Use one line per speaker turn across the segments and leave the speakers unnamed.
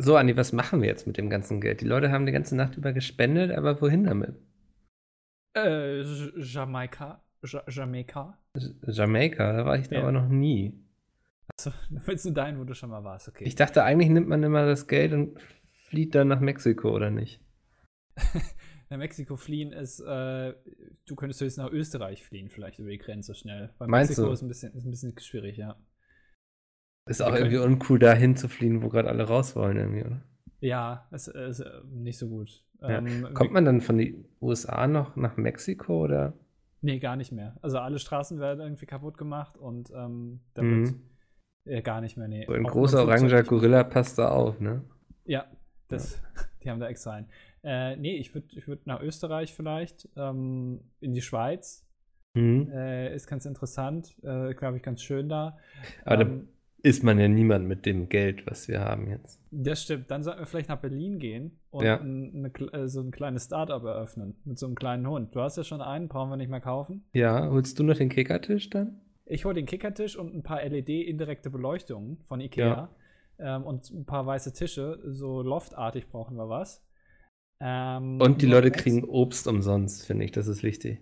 So, Andi, was machen wir jetzt mit dem ganzen Geld? Die Leute haben die ganze Nacht über gespendet, aber wohin damit?
Äh, J- Jamaika. Ja- Jamaika.
Jamaika, da war ich da
Ja.
aber noch nie.
Achso, willst du dahin, wo du schon mal warst? Okay.
Ich dachte, eigentlich nimmt man immer das Geld und flieht dann nach Mexiko, oder nicht?
Nach Mexiko fliehen ist, äh, du könntest höchstens nach Österreich fliehen, vielleicht über die Grenze schnell. Weil
Meinst
Mexiko
du?
ist ein bisschen, ist ein bisschen schwierig, ja.
Ist auch
Wir können-
irgendwie uncool, da hinzufliehen, wo gerade alle raus wollen, irgendwie, oder?
Ja, es ist äh, nicht so gut.
Ja.
Ähm,
Kommt man dann von den USA noch nach Mexiko, oder?
Nee, gar nicht mehr. Also alle Straßen werden irgendwie kaputt gemacht und ähm, da
Mhm.
wird äh, gar nicht mehr. Nee.
So ein
Auch
großer
mit dem Flugzeug
oranger
nicht mehr.
Gorilla passt da auf, ne?
Ja, das, die haben da extra einen. Äh, nee, ich würde ich würd nach Österreich vielleicht, ähm, in die Schweiz.
Mhm.
Äh, ist ganz interessant, äh, glaube ich, ganz schön da.
Aber da
ähm,
ist man ja niemand mit dem Geld, was wir haben jetzt.
das stimmt. Dann sollten wir vielleicht nach Berlin gehen und
Ja.
ein, eine, kle- äh, so ein kleines Startup eröffnen mit so einem kleinen Hund. Du hast ja schon einen, brauchen wir nicht mehr kaufen.
Ja, holst du noch den Kickertisch dann?
Ich hole den Kickertisch und ein paar LED-indirekte Beleuchtungen von Ikea ähm, und ein paar weiße Tische. So loftartig brauchen wir was. Ähm,
Und die
nur
Leute
Snacks.
kriegen Obst umsonst, finde ich, das ist wichtig.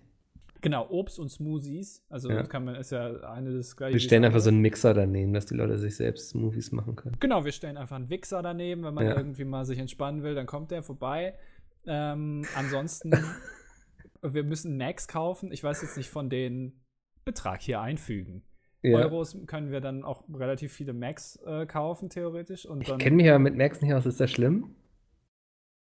Genau, Obst und Smoothies. Also
Ja.
das kann man, ist ja eine des gleichen.
Wir stellen einfach so einen Mixer daneben, dass die Leute sich selbst Smoothies machen können.
Genau, wir stellen einfach einen Wichser daneben. Wenn man
Ja.
irgendwie mal sich entspannen will, dann kommt der vorbei. Ähm, ansonsten, wir müssen Max kaufen. Ich weiß jetzt nicht von den Betrag hier einfügen.
Ja.
Euros können wir dann auch relativ viele Max äh, kaufen, theoretisch. Und
ich
dann,
kenne mich ja mit Max nicht aus, ist das schlimm?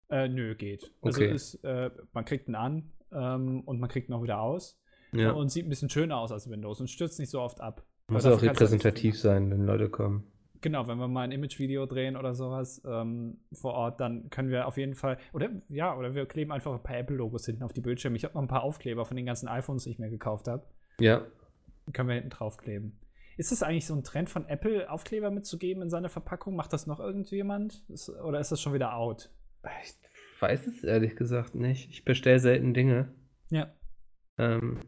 Äh, nö, geht. Also
Okay.
ist, äh, man kriegt einen an ähm, und man kriegt ihn auch wieder aus. Und sieht ein bisschen schöner aus als Windows und stürzt nicht so oft ab.
Muss
Aber
auch
dafür kannst du halt nicht
repräsentativ sein, wenn Leute kommen.
Genau, wenn wir mal ein Image-Video drehen oder sowas ähm, vor Ort, dann können wir auf jeden Fall, oder ja, oder wir kleben einfach ein paar Apple-Logos hinten auf die Bildschirme. Ich habe noch ein paar Aufkleber von den ganzen iPhones, die ich mir gekauft habe.
Ja.
Die Können wir hinten draufkleben. Ist das eigentlich so ein Trend von Apple, Aufkleber mitzugeben in seiner Verpackung? Macht das noch irgendjemand? Ist, oder ist das schon wieder out?
Ich weiß es ehrlich gesagt nicht. Ich bestelle selten Dinge.
Ja.
Ähm,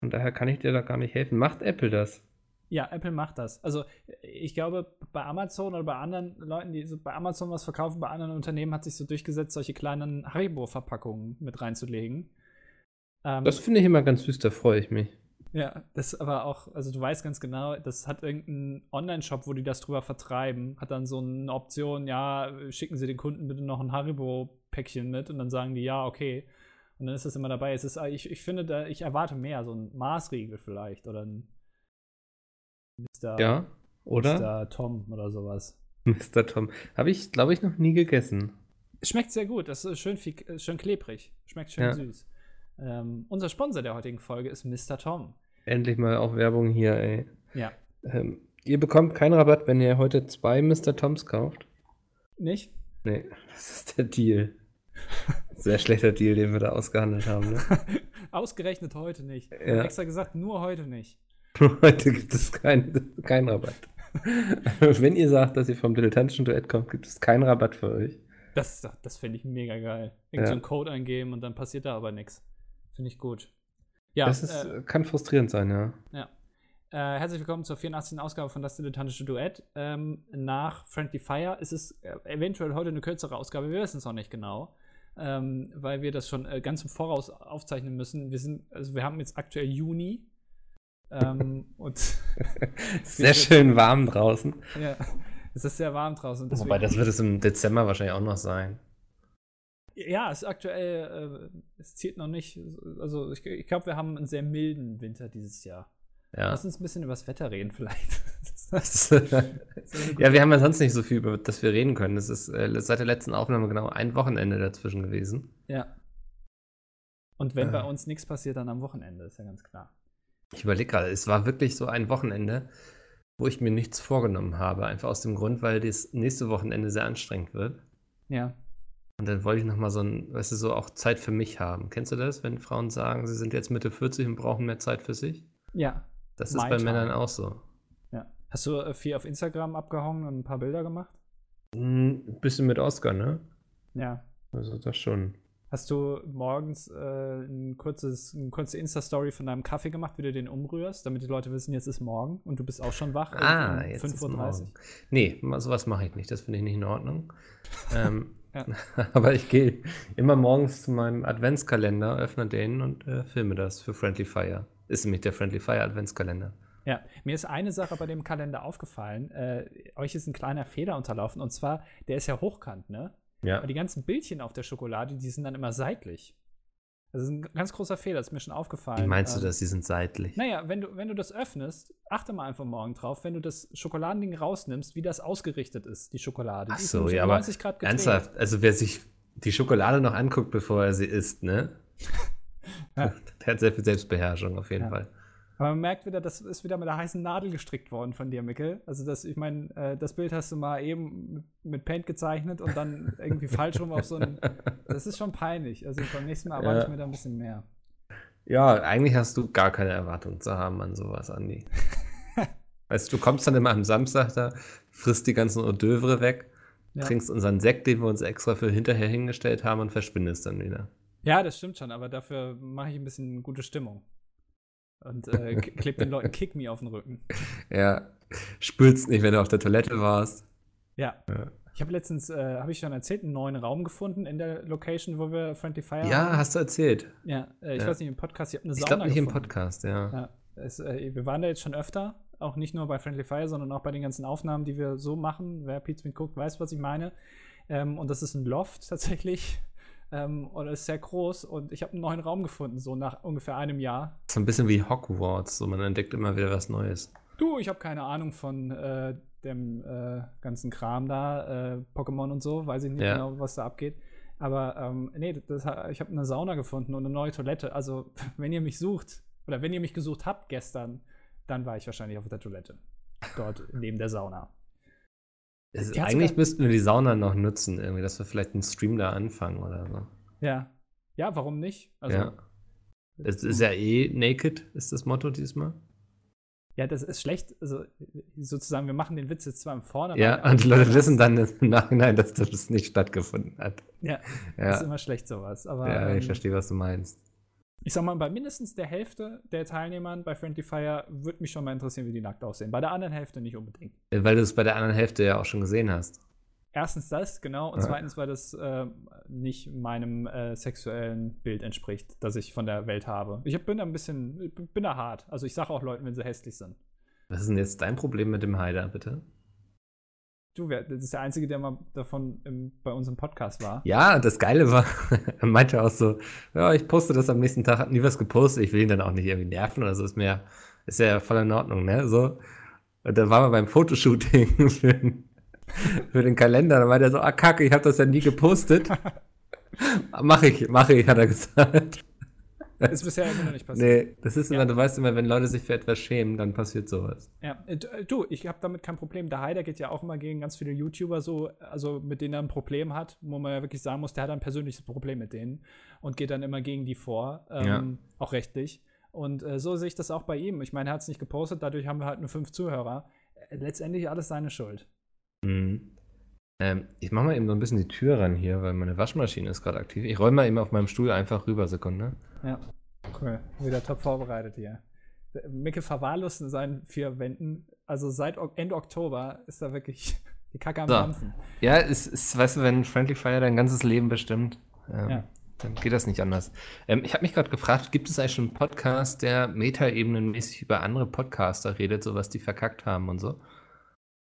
von daher kann ich dir da gar nicht helfen. Macht Apple das?
Ja, Apple macht das. Also ich glaube, bei Amazon oder bei anderen Leuten, die so bei Amazon was verkaufen, bei anderen Unternehmen hat sich so durchgesetzt, solche kleinen Haribo-Verpackungen mit reinzulegen. Ähm,
Das finde ich immer ganz süß, da freue ich mich.
Ja, das aber auch, also du weißt ganz genau, das hat irgendein Online-Shop, wo die das drüber vertreiben, hat dann so eine Option, ja, schicken Sie den Kunden bitte noch ein Haribo-Päckchen mit und dann sagen die, ja, okay. Und dann ist das immer dabei. Es ist, ah, ich, ich finde, da, ich erwarte mehr, so ein Maßriegel vielleicht oder ein Mr.
Ja, oder?
Mr. Tom oder sowas.
Mr. Tom. Habe ich, glaube ich, noch nie gegessen.
Schmeckt sehr gut, das ist schön, viel, äh, schön klebrig, schmeckt schön
Ja.
süß. Ähm, unser Sponsor der heutigen Folge ist Mr. Tom.
Endlich mal auch Werbung hier, ey.
Ja.
Ähm, ihr bekommt keinen Rabatt, wenn ihr heute zwei Mr. Toms kauft.
Nicht?
Nee, das ist der Deal. Sehr schlechter Deal, den wir da ausgehandelt haben. Ne?
Ausgerechnet heute nicht. Ich
Ja.
hab extra gesagt, nur heute nicht.
Heute gibt es keinen kein Rabatt. wenn ihr sagt, dass ihr vom dilettantischen Duett kommt, gibt es keinen Rabatt für euch.
Das, ist doch- das finde ich mega geil. Irgend
Ja.
so einen Code eingeben und dann passiert da aber nichts. Finde ich gut. Ja,
das ist,
äh,
kann frustrierend sein, ja.
äh, herzlich willkommen zur 84. Ausgabe von Das Dilettantische Duett. Ähm, nach Friendly Fire ist es äh, eventuell heute eine kürzere Ausgabe, wir wissen es noch nicht genau. Ähm, weil wir das schon äh, ganz im Voraus aufzeichnen müssen. Wir sind, also wir haben jetzt aktuell Juni. Ähm, und
Sehr schön warm draußen.
ja, es ist sehr warm draußen. und
Wobei, das wird es im Dezember wahrscheinlich auch noch sein.
Ja, es ist aktuell, äh, es zählt noch nicht. Also ich, ich glaube, wir haben einen sehr milden Winter dieses Jahr.
Ja.
Lass uns ein bisschen über das Wetter reden vielleicht. Das ist-
ja,
das ist eine
wir haben ja sonst nicht so viel, über das wir reden können. Es ist äh, seit der letzten Aufnahme genau ein Wochenende dazwischen gewesen.
gute- ja. Und wenn bei
Äh.
uns nichts passiert, dann am Wochenende, ist ja ganz klar.
Ich überlege gerade, es war wirklich so ein Wochenende, wo ich mir nichts vorgenommen habe. Einfach aus dem Grund, weil das nächste Wochenende sehr anstrengend wird.
Ja.
Und dann wollte ich nochmal so ein, weißt du, so auch Zeit für mich haben. Kennst du das, wenn Frauen sagen, sie sind jetzt Mitte 40 und brauchen mehr Zeit für sich?
Ja.
Das
My
ist bei
time.
Männern auch so.
ja. Hast du äh, viel auf Instagram abgehangen und ein paar Bilder gemacht?
Hm, bisschen mit Oscar, ne?
Ja.
Also das schon.
Hast du morgens äh, ein kurzes, eine kurze Insta-Story von deinem Kaffee gemacht, wie du den umrührst, damit die Leute wissen, jetzt ist morgen und du bist auch schon wach? um
Ah, jetzt ist morgen. Nee, ma- sowas mache ich nicht. Das finde ich nicht in Ordnung. ähm,
Ja.
Aber ich gehe immer morgens zu meinem Adventskalender, öffne den und äh, filme das für Friendly Fire. Ist nämlich der Friendly Fire Adventskalender.
Ja, mir ist eine Sache bei dem Kalender aufgefallen. Äh, euch ist ein kleiner Fehler unterlaufen und zwar, der ist ja hochkant, ne?
Ja.
Aber die ganzen Bildchen auf der Schokolade, die sind dann immer seitlich. Das ist ein ganz großer Fehler, ist mir schon aufgefallen.
Wie meinst du
Ähm,
das? Die sind seitlich.
Naja, wenn du, wenn du das öffnest, achte mal einfach morgen drauf, wenn du das Schokoladending rausnimmst, wie das ausgerichtet ist, die Schokolade.
Ach
Die ist
so,
nämlich
ja,
um
aber
90 Grad gedreht.
Ernsthaft, also wer sich die Schokolade noch anguckt, bevor er sie isst, ne?
Ja.
Der hat sehr viel Selbstbeherrschung auf jeden
Ja.
Fall.
Aber man merkt wieder, das ist wieder mit einer heißen Nadel gestrickt worden von dir, Mickel. Also das, ich meine, äh, das Bild hast du mal eben mit, mit Paint gezeichnet und dann irgendwie falsch rum auf so ein. Das ist schon peinlich. Also beim nächsten Mal erwarte
Ja.
ich mir da ein bisschen mehr.
Ja, eigentlich hast du gar keine Erwartung zu haben an sowas, Andi. weißt du, du kommst dann immer am Samstag da, frisst die ganzen Hors d'oeuvre weg,
Ja.
trinkst unseren Sekt, den wir uns extra für hinterher hingestellt haben und verschwindest dann wieder.
Ja, das stimmt schon, aber dafür mache ich ein bisschen gute Stimmung. Und äh, k- kleb den Leuten Kick Me auf den Rücken.
Ja, spülst nicht, wenn du auf der Toilette warst.
Ja.
Ja.
Ich habe letztens, äh, habe ich schon erzählt, einen neuen Raum gefunden in der Location, wo wir Friendly Fire
Ja,
haben.
hast du erzählt.
Ja, äh, ich
Ja.
weiß nicht, im Podcast, ich habe eine
Ich
Sauna
glaube nicht im
gefunden.
Podcast, ja.
Ja, es, äh, wir waren da jetzt schon öfter, auch nicht nur bei Friendly Fire, sondern auch bei den ganzen Aufnahmen, die wir so machen. Wer Pizza mit guckt, weiß, was ich meine. Ähm, und das ist ein Loft tatsächlich. Ähm, und es ist sehr groß und ich habe einen neuen Raum gefunden, so nach ungefähr einem Jahr.
So ein bisschen wie Hogwarts, so man entdeckt immer wieder was Neues.
Du, ich habe keine Ahnung von äh, dem äh, ganzen Kram da, äh, Pokémon und so, weiß ich nicht
Ja.
genau, was da abgeht. Aber ähm, nee, das, das, ich habe eine Sauna gefunden und eine neue Toilette. Also, wenn ihr mich sucht, oder wenn ihr mich gesucht habt gestern, dann war ich wahrscheinlich auf der Toilette. Dort neben der Sauna.
Es,
Die hat's
eigentlich
gar-
müssten wir die Sauna noch nutzen, irgendwie, dass wir vielleicht einen Stream da anfangen oder so.
Ja. Ja, warum nicht? Also,
ja. Es ist ja eh naked, ist das Motto diesmal.
ja, das ist schlecht. Also, sozusagen, wir machen den Witz jetzt zwar im Vornherein.
ja,
aber
und
die
Leute
Leute
wissen dann im Nachhinein, dass das nicht stattgefunden hat.
Ja, Das ist
ja,
immer schlecht, sowas. Aber,
ja ich
ähm,
verstehe, was du meinst.
Ich sag mal, bei mindestens der Hälfte der Teilnehmern bei Friendly Fire würde mich schon mal interessieren, wie die nackt aussehen. Bei der anderen Hälfte nicht unbedingt.
Äh, Weil du es bei der anderen Hälfte ja auch schon gesehen hast.
Erstens das, genau. Und
Ja.
zweitens, weil das äh, nicht meinem äh, sexuellen Bild entspricht, das ich von der Welt habe. Ich hab- bin da ein bisschen, ich bin da hart. Also ich sage auch Leuten, wenn sie hässlich sind.
Was ist denn jetzt dein Problem mit dem Haider, bitte?
Du, wer, das ist der Einzige, der mal davon im, bei uns im Podcast war.
Ja, das Geile war, er meinte auch so, ja, ich poste das am nächsten Tag, hat nie was gepostet, ich will ihn dann auch nicht irgendwie nerven oder so, ist mir ja- ist ja voll in Ordnung, ne, so. Und dann waren wir beim Fotoshooting für den, für den Kalender, dann meinte er so, ah, kacke, ich habe das ja nie gepostet. mach ich, mach ich, hat er gesagt.
Ist bisher immer noch nicht passiert.
Nee, das ist immer,
Ja.
du weißt immer, wenn Leute sich für etwas schämen, dann passiert sowas.
Ja, äh, d- äh, du, ich habe damit kein Problem. Der Haider geht ja auch immer gegen ganz viele YouTuber so, also mit denen er ein Problem hat, wo man ja wirklich sagen muss, der hat ein persönliches Problem mit denen und geht dann immer gegen die vor, ähm,
Ja.
auch rechtlich. Und äh, so sehe ich das auch bei ihm. Ich meine, er hat es nicht gepostet, dadurch haben wir halt nur fünf Zuhörer. Äh, Letztendlich alles seine Schuld.
Mhm. Ähm, ich mach mal eben so ein bisschen die Tür ran hier, weil meine Waschmaschine ist gerade aktiv. Ich räume mal eben auf meinem Stuhl einfach rüber, Sekunde.
Ja, cool. Wieder top vorbereitet hier. Äh, Micke verwahrlost in seinen vier Wänden. Also seit Ok- Ende Oktober ist da wirklich die Kacke am
So.
Dampfen.
Ja, es ist, weißt du, wenn Friendly Fire dein ganzes Leben bestimmt, ähm,
Ja.
dann geht das nicht anders. Ähm, ich habe mich gerade gefragt, gibt es eigentlich schon einen Podcast, der metaebenenmäßig über andere Podcaster redet, so was die verkackt haben und so?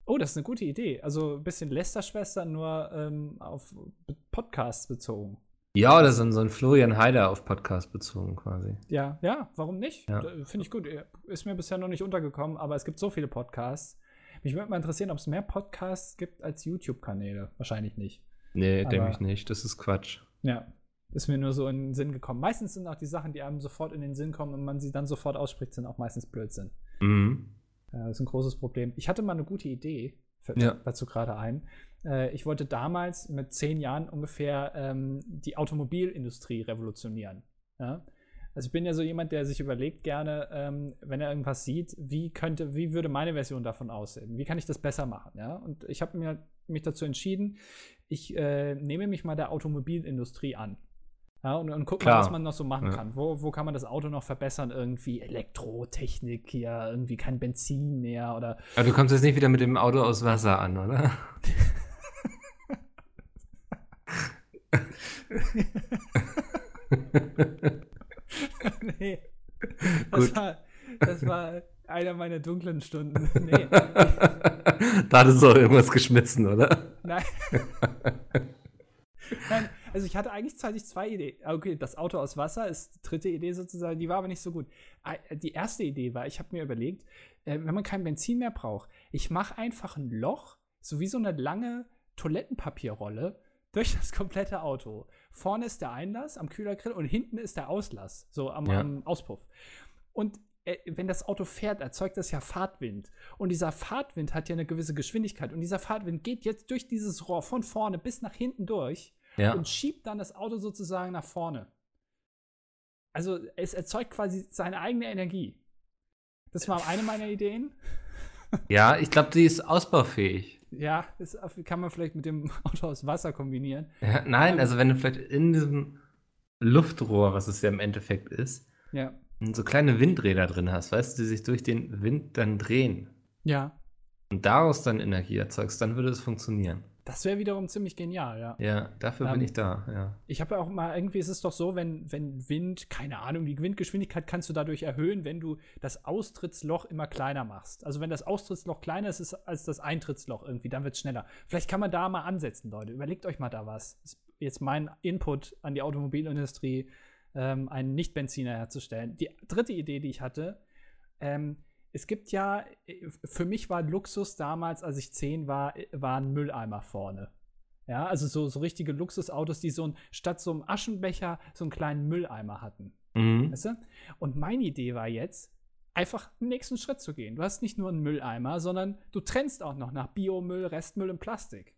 Oh, das ist eine gute Idee. Also ein bisschen Lester-Schwester, nur ähm, auf B- Podcasts bezogen.
Ja, oder so, ein- so ein Florian Heider auf Podcast bezogen quasi.
Ja, ja, warum nicht?
Ja.
D- Finde ich gut. Äh, Ist mir bisher noch nicht untergekommen, aber es gibt so viele Podcasts. Mich würde mal interessieren, ob es mehr Podcasts gibt als YouTube-Kanäle. Wahrscheinlich nicht.
Nee,
Aber-
denke ich nicht. Das ist Quatsch.
Ja. Ist mir nur so in den Sinn gekommen. Meistens sind auch die Sachen, die einem sofort in den Sinn kommen und man sie dann sofort ausspricht, sind auch meistens Blödsinn.
Mhm.
Äh, Das ist ein großes Problem. Ich hatte mal eine gute Idee, fällt
Ja.
mir dazu gerade ein. Äh, Ich wollte damals mit zehn Jahren ungefähr ähm, die Automobilindustrie revolutionieren. Ja? Also ich bin ja so jemand, der sich überlegt gerne, ähm, wenn er irgendwas sieht, wie könnte, wie würde meine Version davon aussehen? Wie kann ich das besser machen? Ja? Und ich habe mir mich dazu entschieden, ich äh, nehme mich mal der Automobilindustrie an. Ja, und, und guck
Klar.
mal, was man noch so machen
Ja.
kann. Wo, wo kann man das Auto noch verbessern? Irgendwie Elektrotechnik hier, irgendwie kein Benzin mehr oder
Aber du kommst jetzt nicht wieder mit dem Auto aus Wasser an, oder?
nee.
Gut.
Das war, das war einer meiner dunklen Stunden. Nee,
da hattest du auch irgendwas geschmissen, oder?
nein. nein. Also ich hatte eigentlich tatsächlich zwei Ideen. Ah, Okay, das Auto aus Wasser ist die dritte Idee sozusagen, die war aber nicht so gut. Ah, Die erste Idee war, ich habe mir überlegt, äh, wenn man kein Benzin mehr braucht, ich mache einfach ein Loch, so wie so eine lange Toilettenpapierrolle, durch das komplette Auto. Vorne ist der Einlass am Kühlergrill und hinten ist der Auslass, so am,
Ja.
am Auspuff. Und äh, wenn das Auto fährt, erzeugt das ja Fahrtwind. Und dieser Fahrtwind hat ja eine gewisse Geschwindigkeit. Und dieser Fahrtwind geht jetzt durch dieses Rohr von vorne bis nach hinten durch
Ja.
und schiebt dann das Auto sozusagen nach vorne. Also es erzeugt quasi seine eigene Energie. Das war eine meiner Ideen.
Ja, ich glaube, die ist ausbaufähig.
Ja, das kann man vielleicht mit dem Auto aus Wasser kombinieren.
Ja, nein, also wenn du vielleicht in diesem Luftrohr, was es ja im Endeffekt ist,
Ja.
so kleine Windräder drin hast, weißt du, die sich durch den Wind dann drehen
Ja.
und daraus dann Energie erzeugst, dann würde es funktionieren.
Das wäre wiederum ziemlich genial, ja.
Ja, dafür
Ähm,
bin ich da, ja.
Ich habe ja auch mal, irgendwie ist es doch so, wenn, wenn Wind, keine Ahnung, die Windgeschwindigkeit kannst du dadurch erhöhen, wenn du das Austrittsloch immer kleiner machst. Also wenn das Austrittsloch kleiner ist, ist als das Eintrittsloch irgendwie, dann wird es schneller. Vielleicht kann man da mal ansetzen, Leute. Überlegt euch mal da was. Ist jetzt mein Input an die Automobilindustrie, ähm, einen Nicht-Benziner herzustellen. Die dritte Idee, die ich hatte, ähm, es gibt ja, äh, für mich war Luxus damals, als ich 10 war, äh, war ein Mülleimer vorne. Ja, also so, so richtige Luxusautos, die so ein, statt so einem Aschenbecher so einen kleinen Mülleimer hatten.
Mhm.
Weißt du? Und meine Idee war jetzt, einfach den nächsten Schritt zu gehen. Du hast nicht nur einen Mülleimer, sondern du trennst auch noch nach Biomüll, Restmüll und Plastik.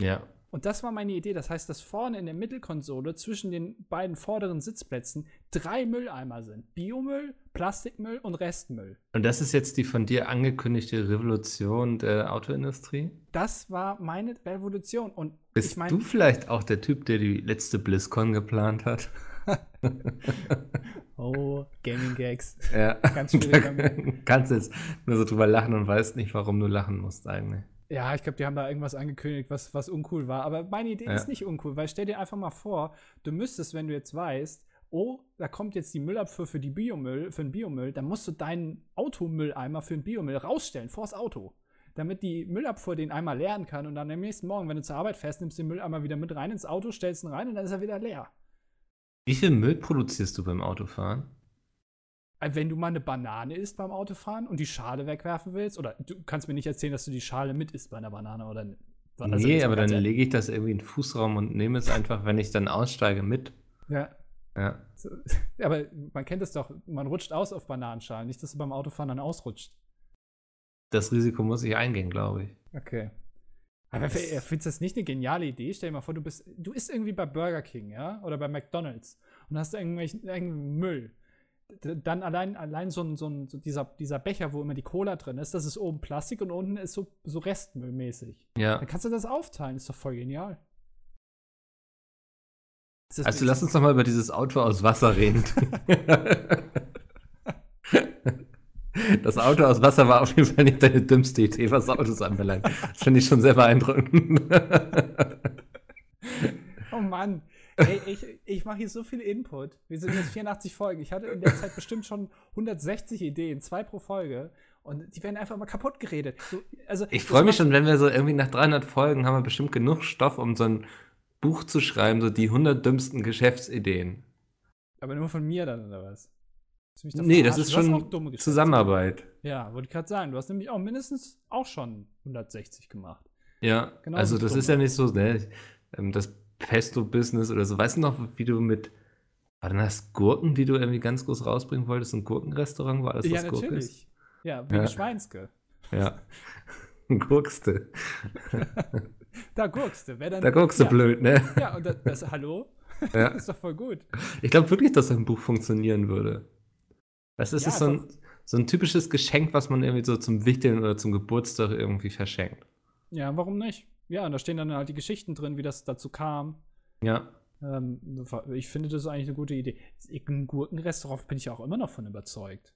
Ja.
Und das war meine Idee. Das heißt, dass vorne in der Mittelkonsole zwischen den beiden vorderen Sitzplätzen drei Mülleimer sind. Biomüll, Plastikmüll und Restmüll.
Und das ist jetzt die von dir angekündigte Revolution der Autoindustrie?
Das war meine Revolution. Und
Bist
ich meine,
du vielleicht auch der Typ, der die letzte BlizzCon geplant hat?
oh, Gaming Gags.
Ja.
Ganz schwieriger Moment.
Kannst jetzt nur so drüber lachen und weißt nicht, warum du lachen musst eigentlich.
Ja, ich glaube, die haben da irgendwas angekündigt, was, was uncool war. Aber meine Idee
Ja.
ist nicht uncool, weil stell dir einfach mal vor, du müsstest, wenn du jetzt weißt, oh, da kommt jetzt die Müllabfuhr für die Biomüll, für den Biomüll, dann musst du deinen Automülleimer für den Biomüll rausstellen, vors Auto. Damit die Müllabfuhr den einmal leeren kann und dann am nächsten Morgen, wenn du zur Arbeit fährst, nimmst du den Mülleimer wieder mit rein ins Auto, stellst ihn rein und dann ist er wieder leer.
Wie viel Müll produzierst du beim Autofahren?
Äh, Wenn du mal eine Banane isst beim Autofahren und die Schale wegwerfen willst, oder du kannst mir nicht erzählen, dass du die Schale mit isst bei einer Banane oder also
nee,
jetzt mal
aber dann
ganz ehrlich.
lege ich das irgendwie in den Fußraum und nehme es einfach, wenn ich dann aussteige, mit.
Ja.
Ja.
So, ja, aber man kennt es doch, man rutscht aus auf Bananenschalen, nicht, dass du beim Autofahren dann ausrutscht.
Das Risiko muss ich eingehen, glaube ich.
Okay. Aber f- äh, findest du das nicht eine geniale Idee? Stell dir mal vor, du bist, du isst irgendwie bei Burger King, ja, oder bei McDonalds und hast da irgendwelchen irgendeinen Müll. D- Dann allein, allein so, ein, so, ein, so dieser, dieser Becher, wo immer die Cola drin ist, das ist oben Plastik und unten ist so, so Restmüllmäßig.
Ja.
Dann kannst du das aufteilen, ist doch voll genial. Ist das
Also
nicht-
lass uns nochmal über dieses Auto aus Wasser reden. Das Auto aus Wasser war auf jeden Fall nicht deine dümmste Idee, was Autos anbelangt. Das finde ich schon sehr beeindruckend.
Oh Mann. Ey, ich ich mache hier so viel Input. Wir sind jetzt 84 Folgen. Ich hatte in der Zeit bestimmt schon 160 Ideen, zwei pro Folge. Und die werden einfach mal kaputt geredet. So, also,
Ich
das
freue mich
macht-
schon, wenn wir so irgendwie nach 300 Folgen haben wir bestimmt genug Stoff, um so ein Buch zu schreiben, so die 100 dümmsten Geschäftsideen.
Aber nur von mir dann, oder was? Willst du mich da
Nee, das
verarschen?
ist
Du hast
schon
auch dumme Geschäfte.
Zusammenarbeit.
Ja, wollte ich gerade sagen. Du hast nämlich auch mindestens auch schon 160 gemacht.
Ja,
Genau
also
so
das
dumm.
ist ja nicht so, ne? Ich- ähm, Das Pesto-Business oder so. Weißt du noch, wie du mit, war denn das Gurken, die du irgendwie ganz groß rausbringen wolltest? Ein Gurkenrestaurant war das,
ja,
Gurke ist?
natürlich. Ja, wegen
Ja.
Schweinske.
Ja. Gurkste.
Da guckst du. Wer dann,
Da guckst du
ja,
blöd, ne?
Ja, und das, das Hallo?
Ja.
Das ist doch voll gut.
Ich glaube wirklich, dass so ein Buch funktionieren würde. Das ist
Ja,
so, ein, so ein typisches Geschenk, was man irgendwie so zum Wichteln oder zum Geburtstag irgendwie verschenkt.
Ja, warum nicht? Ja, und da stehen dann halt die Geschichten drin, wie das dazu kam.
Ja.
Ähm, ich finde das eigentlich eine gute Idee. Ein Gurkenrestaurant bin ich auch immer noch von überzeugt.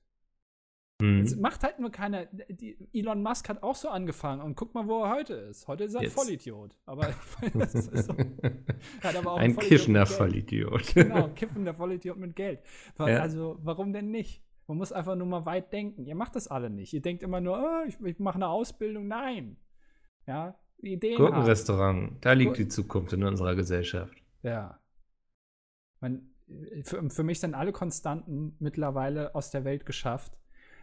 Mhm.
Es macht halt nur keiner. Die, Elon Musk hat auch so angefangen und guck mal, wo er heute ist. Heute ist er ein
Jetzt.
Vollidiot. Aber ich meine, das ist so. Er hat aber auch
Ein
Vollidiot mit
Kischner
Geld.
Vollidiot.
Genau, kiffender Vollidiot mit Geld. Wa-
Ja.
Also, warum denn nicht? Man muss einfach nur mal weit denken. Ihr macht das alle nicht. Ihr denkt immer nur, oh, ich, ich mache eine Ausbildung. Nein. Ja, Ideen. haben.
Gurkenrestaurant, da liegt
Gurken-
die Zukunft in unserer Gesellschaft.
Ja. Man, äh, für, für mich sind alle Konstanten mittlerweile aus der Welt geschafft.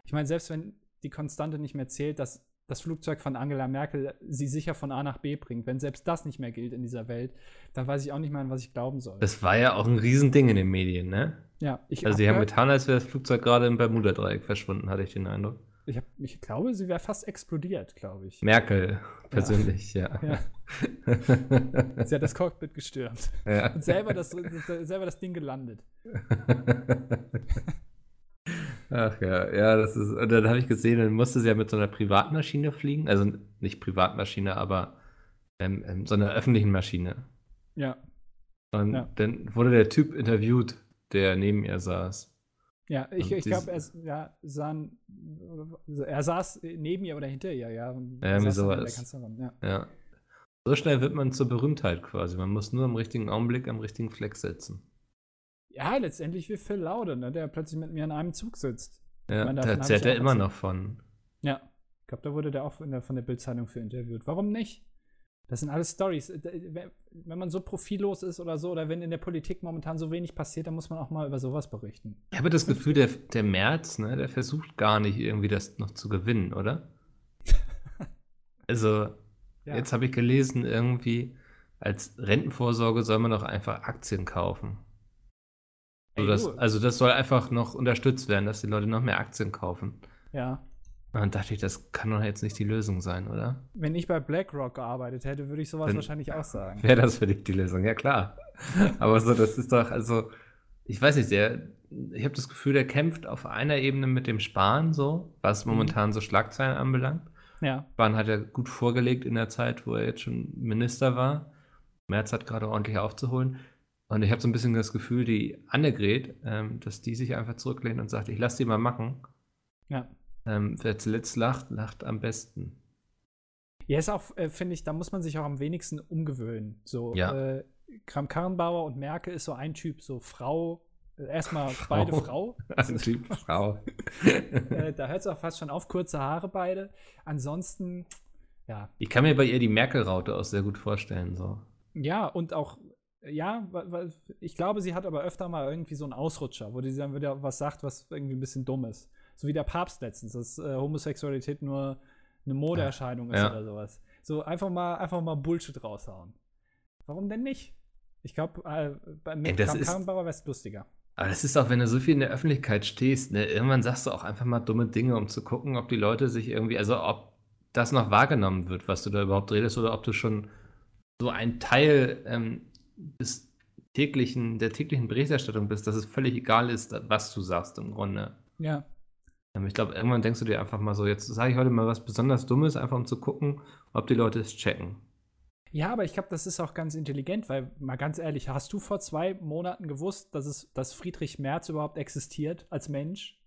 Ich meine, selbst wenn die Konstante nicht mehr zählt, dass das Flugzeug von Angela Merkel sie sicher von A nach B bringt, wenn selbst das nicht mehr gilt in dieser Welt, dann weiß ich auch nicht mehr, an was ich glauben soll.
Das war ja auch ein Riesending in den Medien, ne?
ja, ich
Also,
hab
sie haben
gehört-
getan, als wäre das Flugzeug gerade im Bermuda-Dreieck verschwunden, hatte ich den Eindruck.
ich, hab, ich glaube, sie wäre fast explodiert, glaube ich.
Merkel, persönlich, ja.
Ja. Sie hat das Cockpit gestürmt
Ja.
und selber das, das, selber das Ding gelandet.
Ach ja, ja, das ist. Und dann habe ich gesehen, dann musste sie ja mit so einer Privatmaschine fliegen. Also nicht Privatmaschine, aber ähm, ähm, so einer öffentlichen Maschine.
Ja,
Und
Ja.
dann wurde der Typ interviewt, der neben ihr saß.
Ja, ich,
Und
ich glaube,
diese-
er, s- ja, sahen, also er saß neben ihr oder hinter ihr, ja. Und
Ja,
er
irgendwie
saß dann in
sowas.
Der Kanzlerin, ja.
Ja. So schnell wird man zur Berühmtheit quasi. Man muss nur im richtigen Augenblick am richtigen Fleck setzen.
ja, letztendlich wie Phil Laude, ne, der plötzlich mit mir in einem Zug sitzt.
Ja,
meine, davon
da
hab
zählt
ich
er
auch
immer
was.
noch von.
Ja. Ich glaube, da wurde der auch von der, von der Bild-Zeitung für interviewt. Warum nicht? Das sind alles Stories. Wenn man so profillos ist oder so, oder wenn in der Politik momentan so wenig passiert, dann muss man auch mal über sowas berichten.
Ich habe das Gefühl, der, der März, ne, der versucht gar nicht irgendwie das noch zu gewinnen, oder? Also,
Ja.
jetzt habe ich gelesen, irgendwie als Rentenvorsorge soll man doch einfach Aktien kaufen.
Ey,
so das,
du.
also, das soll einfach noch unterstützt werden, dass die Leute noch mehr Aktien kaufen.
Ja.
Und dann dachte ich, das kann doch jetzt nicht die Lösung sein, oder?
Wenn ich bei BlackRock gearbeitet hätte, würde ich sowas
Dann-
wahrscheinlich auch sagen.
Wäre das für dich die Lösung? Ja, klar. Aber so, das ist doch, also, ich weiß nicht, der, ich habe das Gefühl, der kämpft auf einer Ebene mit dem Spahn, so, was
Mhm.
momentan so Schlagzeilen anbelangt.
Ja.
Spahn hat ja gut vorgelegt in der Zeit, wo er jetzt schon Minister war. Merz hat gerade ordentlich aufzuholen. Und ich habe so ein bisschen das Gefühl, die Annegret, ähm, dass die sich einfach zurücklehnt und sagt, ich lasse die mal machen.
Ja.
Ähm, wer zuletzt lacht, lacht am besten.
Ja, ist auch, äh, finde ich, da muss man sich auch am wenigsten umgewöhnen. So,
Ja.
äh, Kram-Karrenbauer und Merkel ist so ein Typ, so Frau, äh, erstmal beide Frau.
Also die Frau.
Äh, da hört es auch fast schon auf, kurze Haare beide. Ansonsten, ja.
Ich kann mir bei ihr die Merkel-Raute auch sehr gut vorstellen. So.
Ja, und auch, ja, wa- wa- ich glaube, sie hat aber öfter mal irgendwie so einen Ausrutscher, wo die dann wieder was sagt, was irgendwie ein bisschen dumm ist. So wie der Papst letztens, dass äh, Homosexualität nur eine Modeerscheinung ist
Ja.
oder sowas. So einfach mal, einfach mal Bullshit raushauen. Warum denn nicht? Ich glaube, äh, bei
Ey,
mit
das
Kram
ist-
Karrenbauer wäre es lustiger.
Aber das ist auch, wenn du so viel in der Öffentlichkeit stehst, ne, irgendwann sagst du auch einfach mal dumme Dinge, um zu gucken, ob die Leute sich irgendwie, also ob das noch wahrgenommen wird, was du da überhaupt redest, oder ob du schon so ein Teil ähm, des täglichen, der täglichen Berichterstattung bist, dass es völlig egal ist, was du sagst im Grunde.
Ja.
Ähm, Ich glaube, irgendwann denkst du dir einfach mal so, jetzt sage ich heute mal was besonders Dummes, einfach um zu gucken, ob die Leute es checken.
Ja, aber ich glaube, das ist auch ganz intelligent, weil, mal ganz ehrlich, hast du vor zwei Monaten gewusst, dass, es, dass Friedrich Merz überhaupt existiert als Mensch?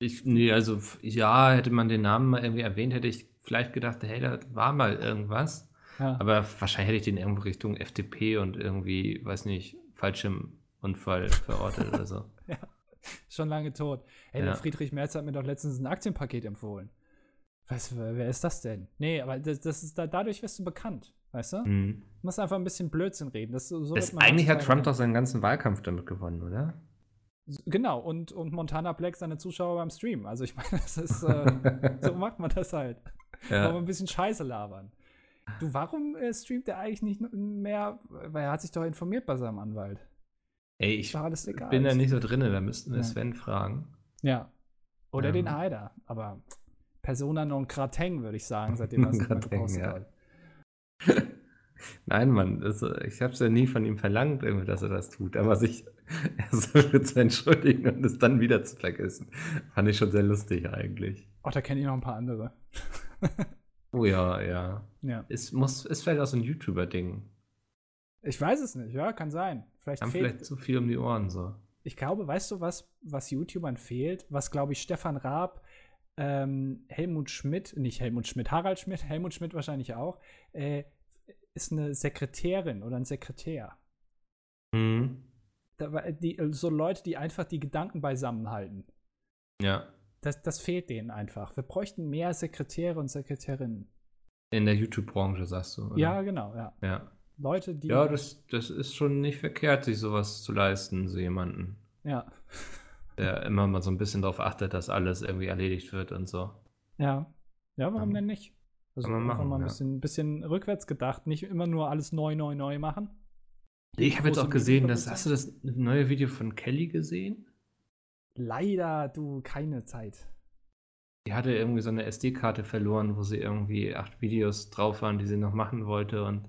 Ich, nee, also f- ja, hätte man den Namen mal irgendwie erwähnt, hätte ich vielleicht gedacht, hey, da war mal irgendwas.
Ja.
Aber wahrscheinlich hätte ich den irgendwo Richtung FDP und irgendwie, weiß nicht, Fallschirmunfall verortet oder so.
Schon lange tot. Ey,
Ja.
der Friedrich Merz hat mir doch letztens ein Aktienpaket empfohlen. Was, wer wer ist das denn? Nee, aber das, das ist da, dadurch wirst du bekannt, weißt du? Du
Hm.
musst einfach ein bisschen Blödsinn reden. Das, so wird
Das,
man
eigentlich hat
heutzutage-
Trump doch seinen ganzen Wahlkampf damit gewonnen, oder?
Genau, und, und Montana Black seine Zuschauer beim Stream. Also ich meine, das ist, äh, so macht man das halt. Wollen wir
ja.
ein bisschen Scheiße labern. Du, warum äh, streamt er eigentlich nicht mehr? Weil er hat sich doch informiert bei seinem Anwalt.
Ey, ich
Ist doch alles egal.
bin da nicht so drin, da müssten wir
Ja.
Sven fragen.
Ja. Oder
Ähm.
den Haider. Aber Persona non grateng, würde ich sagen, seitdem er es immer
Grateng,
gepostet
ja.
hat.
Nein, Mann, das, ich habe es ja nie von ihm verlangt, irgendwie, dass er das tut, aber sich erst dafür zu entschuldigen und es dann wieder zu vergessen, fand ich schon sehr lustig eigentlich.
Ach, da kenne ich noch ein paar andere.
Oh ja, ja.
Ja.
Es muss, ist vielleicht auch so ein YouTuber-Ding.
Ich weiß es nicht, ja, kann sein. Vielleicht
Haben
fehlt.
vielleicht zu viel um die Ohren so.
Ich glaube, weißt du, was, was YouTubern fehlt? Was, glaube ich, Stefan Raab, ähm, Helmut Schmidt, nicht Helmut Schmidt, Harald Schmidt, Helmut Schmidt wahrscheinlich auch, äh, ist eine Sekretärin oder ein Sekretär.
Mhm.
Da, war- die, so Leute, die einfach die Gedanken beisammenhalten.
Ja.
Das, das fehlt denen einfach. Wir bräuchten mehr Sekretäre und Sekretärinnen.
In der YouTube-Branche, sagst du. Oder?
Ja, genau, ja.
Ja,
Leute, die.
ja das, das ist schon nicht verkehrt, sich sowas zu leisten, so jemanden.
ja.
Der immer mal so ein bisschen darauf achtet, dass alles irgendwie erledigt wird und so.
Ja. Ja, warum
Kann-
denn nicht? Also
man
einfach
machen,
mal ein
ja.
bisschen, bisschen rückwärts gedacht, nicht immer nur alles neu, neu, neu machen.
Ich habe jetzt
Große
auch gesehen, dass,
Medienkompetenz.
hast du das neue Video von Kelly gesehen?
Leider, du, keine Zeit.
Die hatte irgendwie so eine SD-Karte verloren, wo sie irgendwie acht Videos drauf waren, die sie noch machen wollte und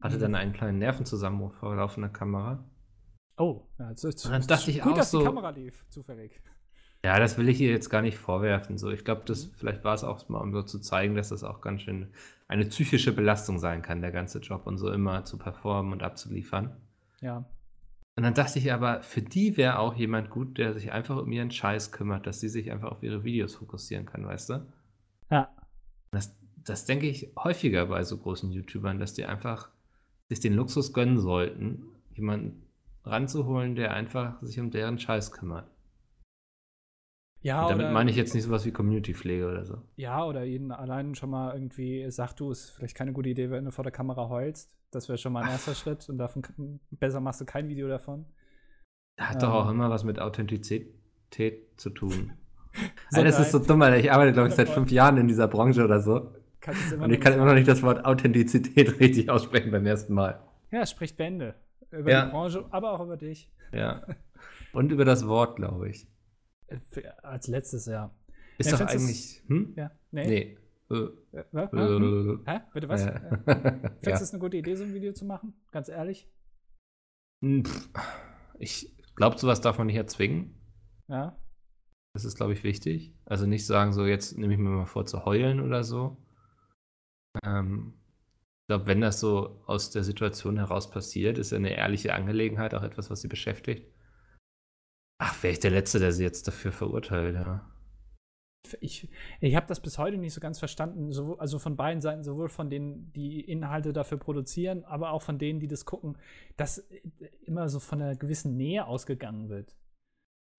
hatte
Mhm.
dann einen kleinen Nervenzusammenbruch vor laufender Kamera.
Oh, ja, jetzt, jetzt,
Dann dachte ich
gut,
auch
dass
so-
die Kamera lief, zufällig.
Ja, das will ich ihr jetzt gar nicht vorwerfen. So, ich glaube, das vielleicht war es auch mal, um so zu zeigen, dass das auch ganz schön eine psychische Belastung sein kann, der ganze Job und so immer zu performen und abzuliefern.
Ja,
Und dann dachte ich aber, für die wäre auch jemand gut, der sich einfach um ihren Scheiß kümmert, dass sie sich einfach auf ihre Videos fokussieren kann, weißt du?
Ja.
Das, das denke ich häufiger bei so großen YouTubern, dass die einfach sich den Luxus gönnen sollten, jemanden ranzuholen, der einfach sich um deren Scheiß kümmert.
ja
und damit
oder,
meine ich jetzt nicht sowas wie Community-Pflege oder so.
ja, oder jeden allein schon mal irgendwie sagt, du, ist vielleicht keine gute Idee, wenn du vor der Kamera heulst. Das wäre schon mal ein erster Schritt und davon kann- besser machst du kein Video davon.
Hat
Ja.
doch auch immer was mit Authentizität zu tun.
So
Alter, das ist so dumm, Alter. Ich arbeite, glaube ich, seit fünf Jahren in dieser Branche oder so.
Kannst es immer
Und ich
nur-
kann immer noch nicht das Wort Authentizität richtig aussprechen beim ersten Mal.
ja, spricht Bände. Über
Ja.
die Branche, aber auch über dich.
Ja. Und über das Wort, glaube ich.
Äh, für- Als letztes Jahr.
Ist
Ja,
doch
findest
eigentlich. Hm?
Ja,
Nee. Äh,
Äh, wa- wa- hm?
äh,
Hä? Bitte was?
Ja.
Äh, Findest du es eine gute Idee, so ein Video zu machen? Ganz ehrlich?
Hm, pff. Ich glaube, sowas darf man nicht erzwingen.
Ja.
Das ist, glaube ich, wichtig. Also nicht sagen, so jetzt nehme ich mir mal vor zu heulen oder so. Ähm, ich glaube, wenn das so aus der Situation heraus passiert, ist ja eine ehrliche Angelegenheit auch etwas, was sie beschäftigt. Ach, wäre ich der Letzte, der sie jetzt dafür verurteilt, ja.
Ich, ich habe das bis heute nicht so ganz verstanden, sowohl, also von beiden Seiten, sowohl von denen, die Inhalte dafür produzieren, aber auch von denen, die das gucken, dass äh, immer so von einer gewissen Nähe ausgegangen wird,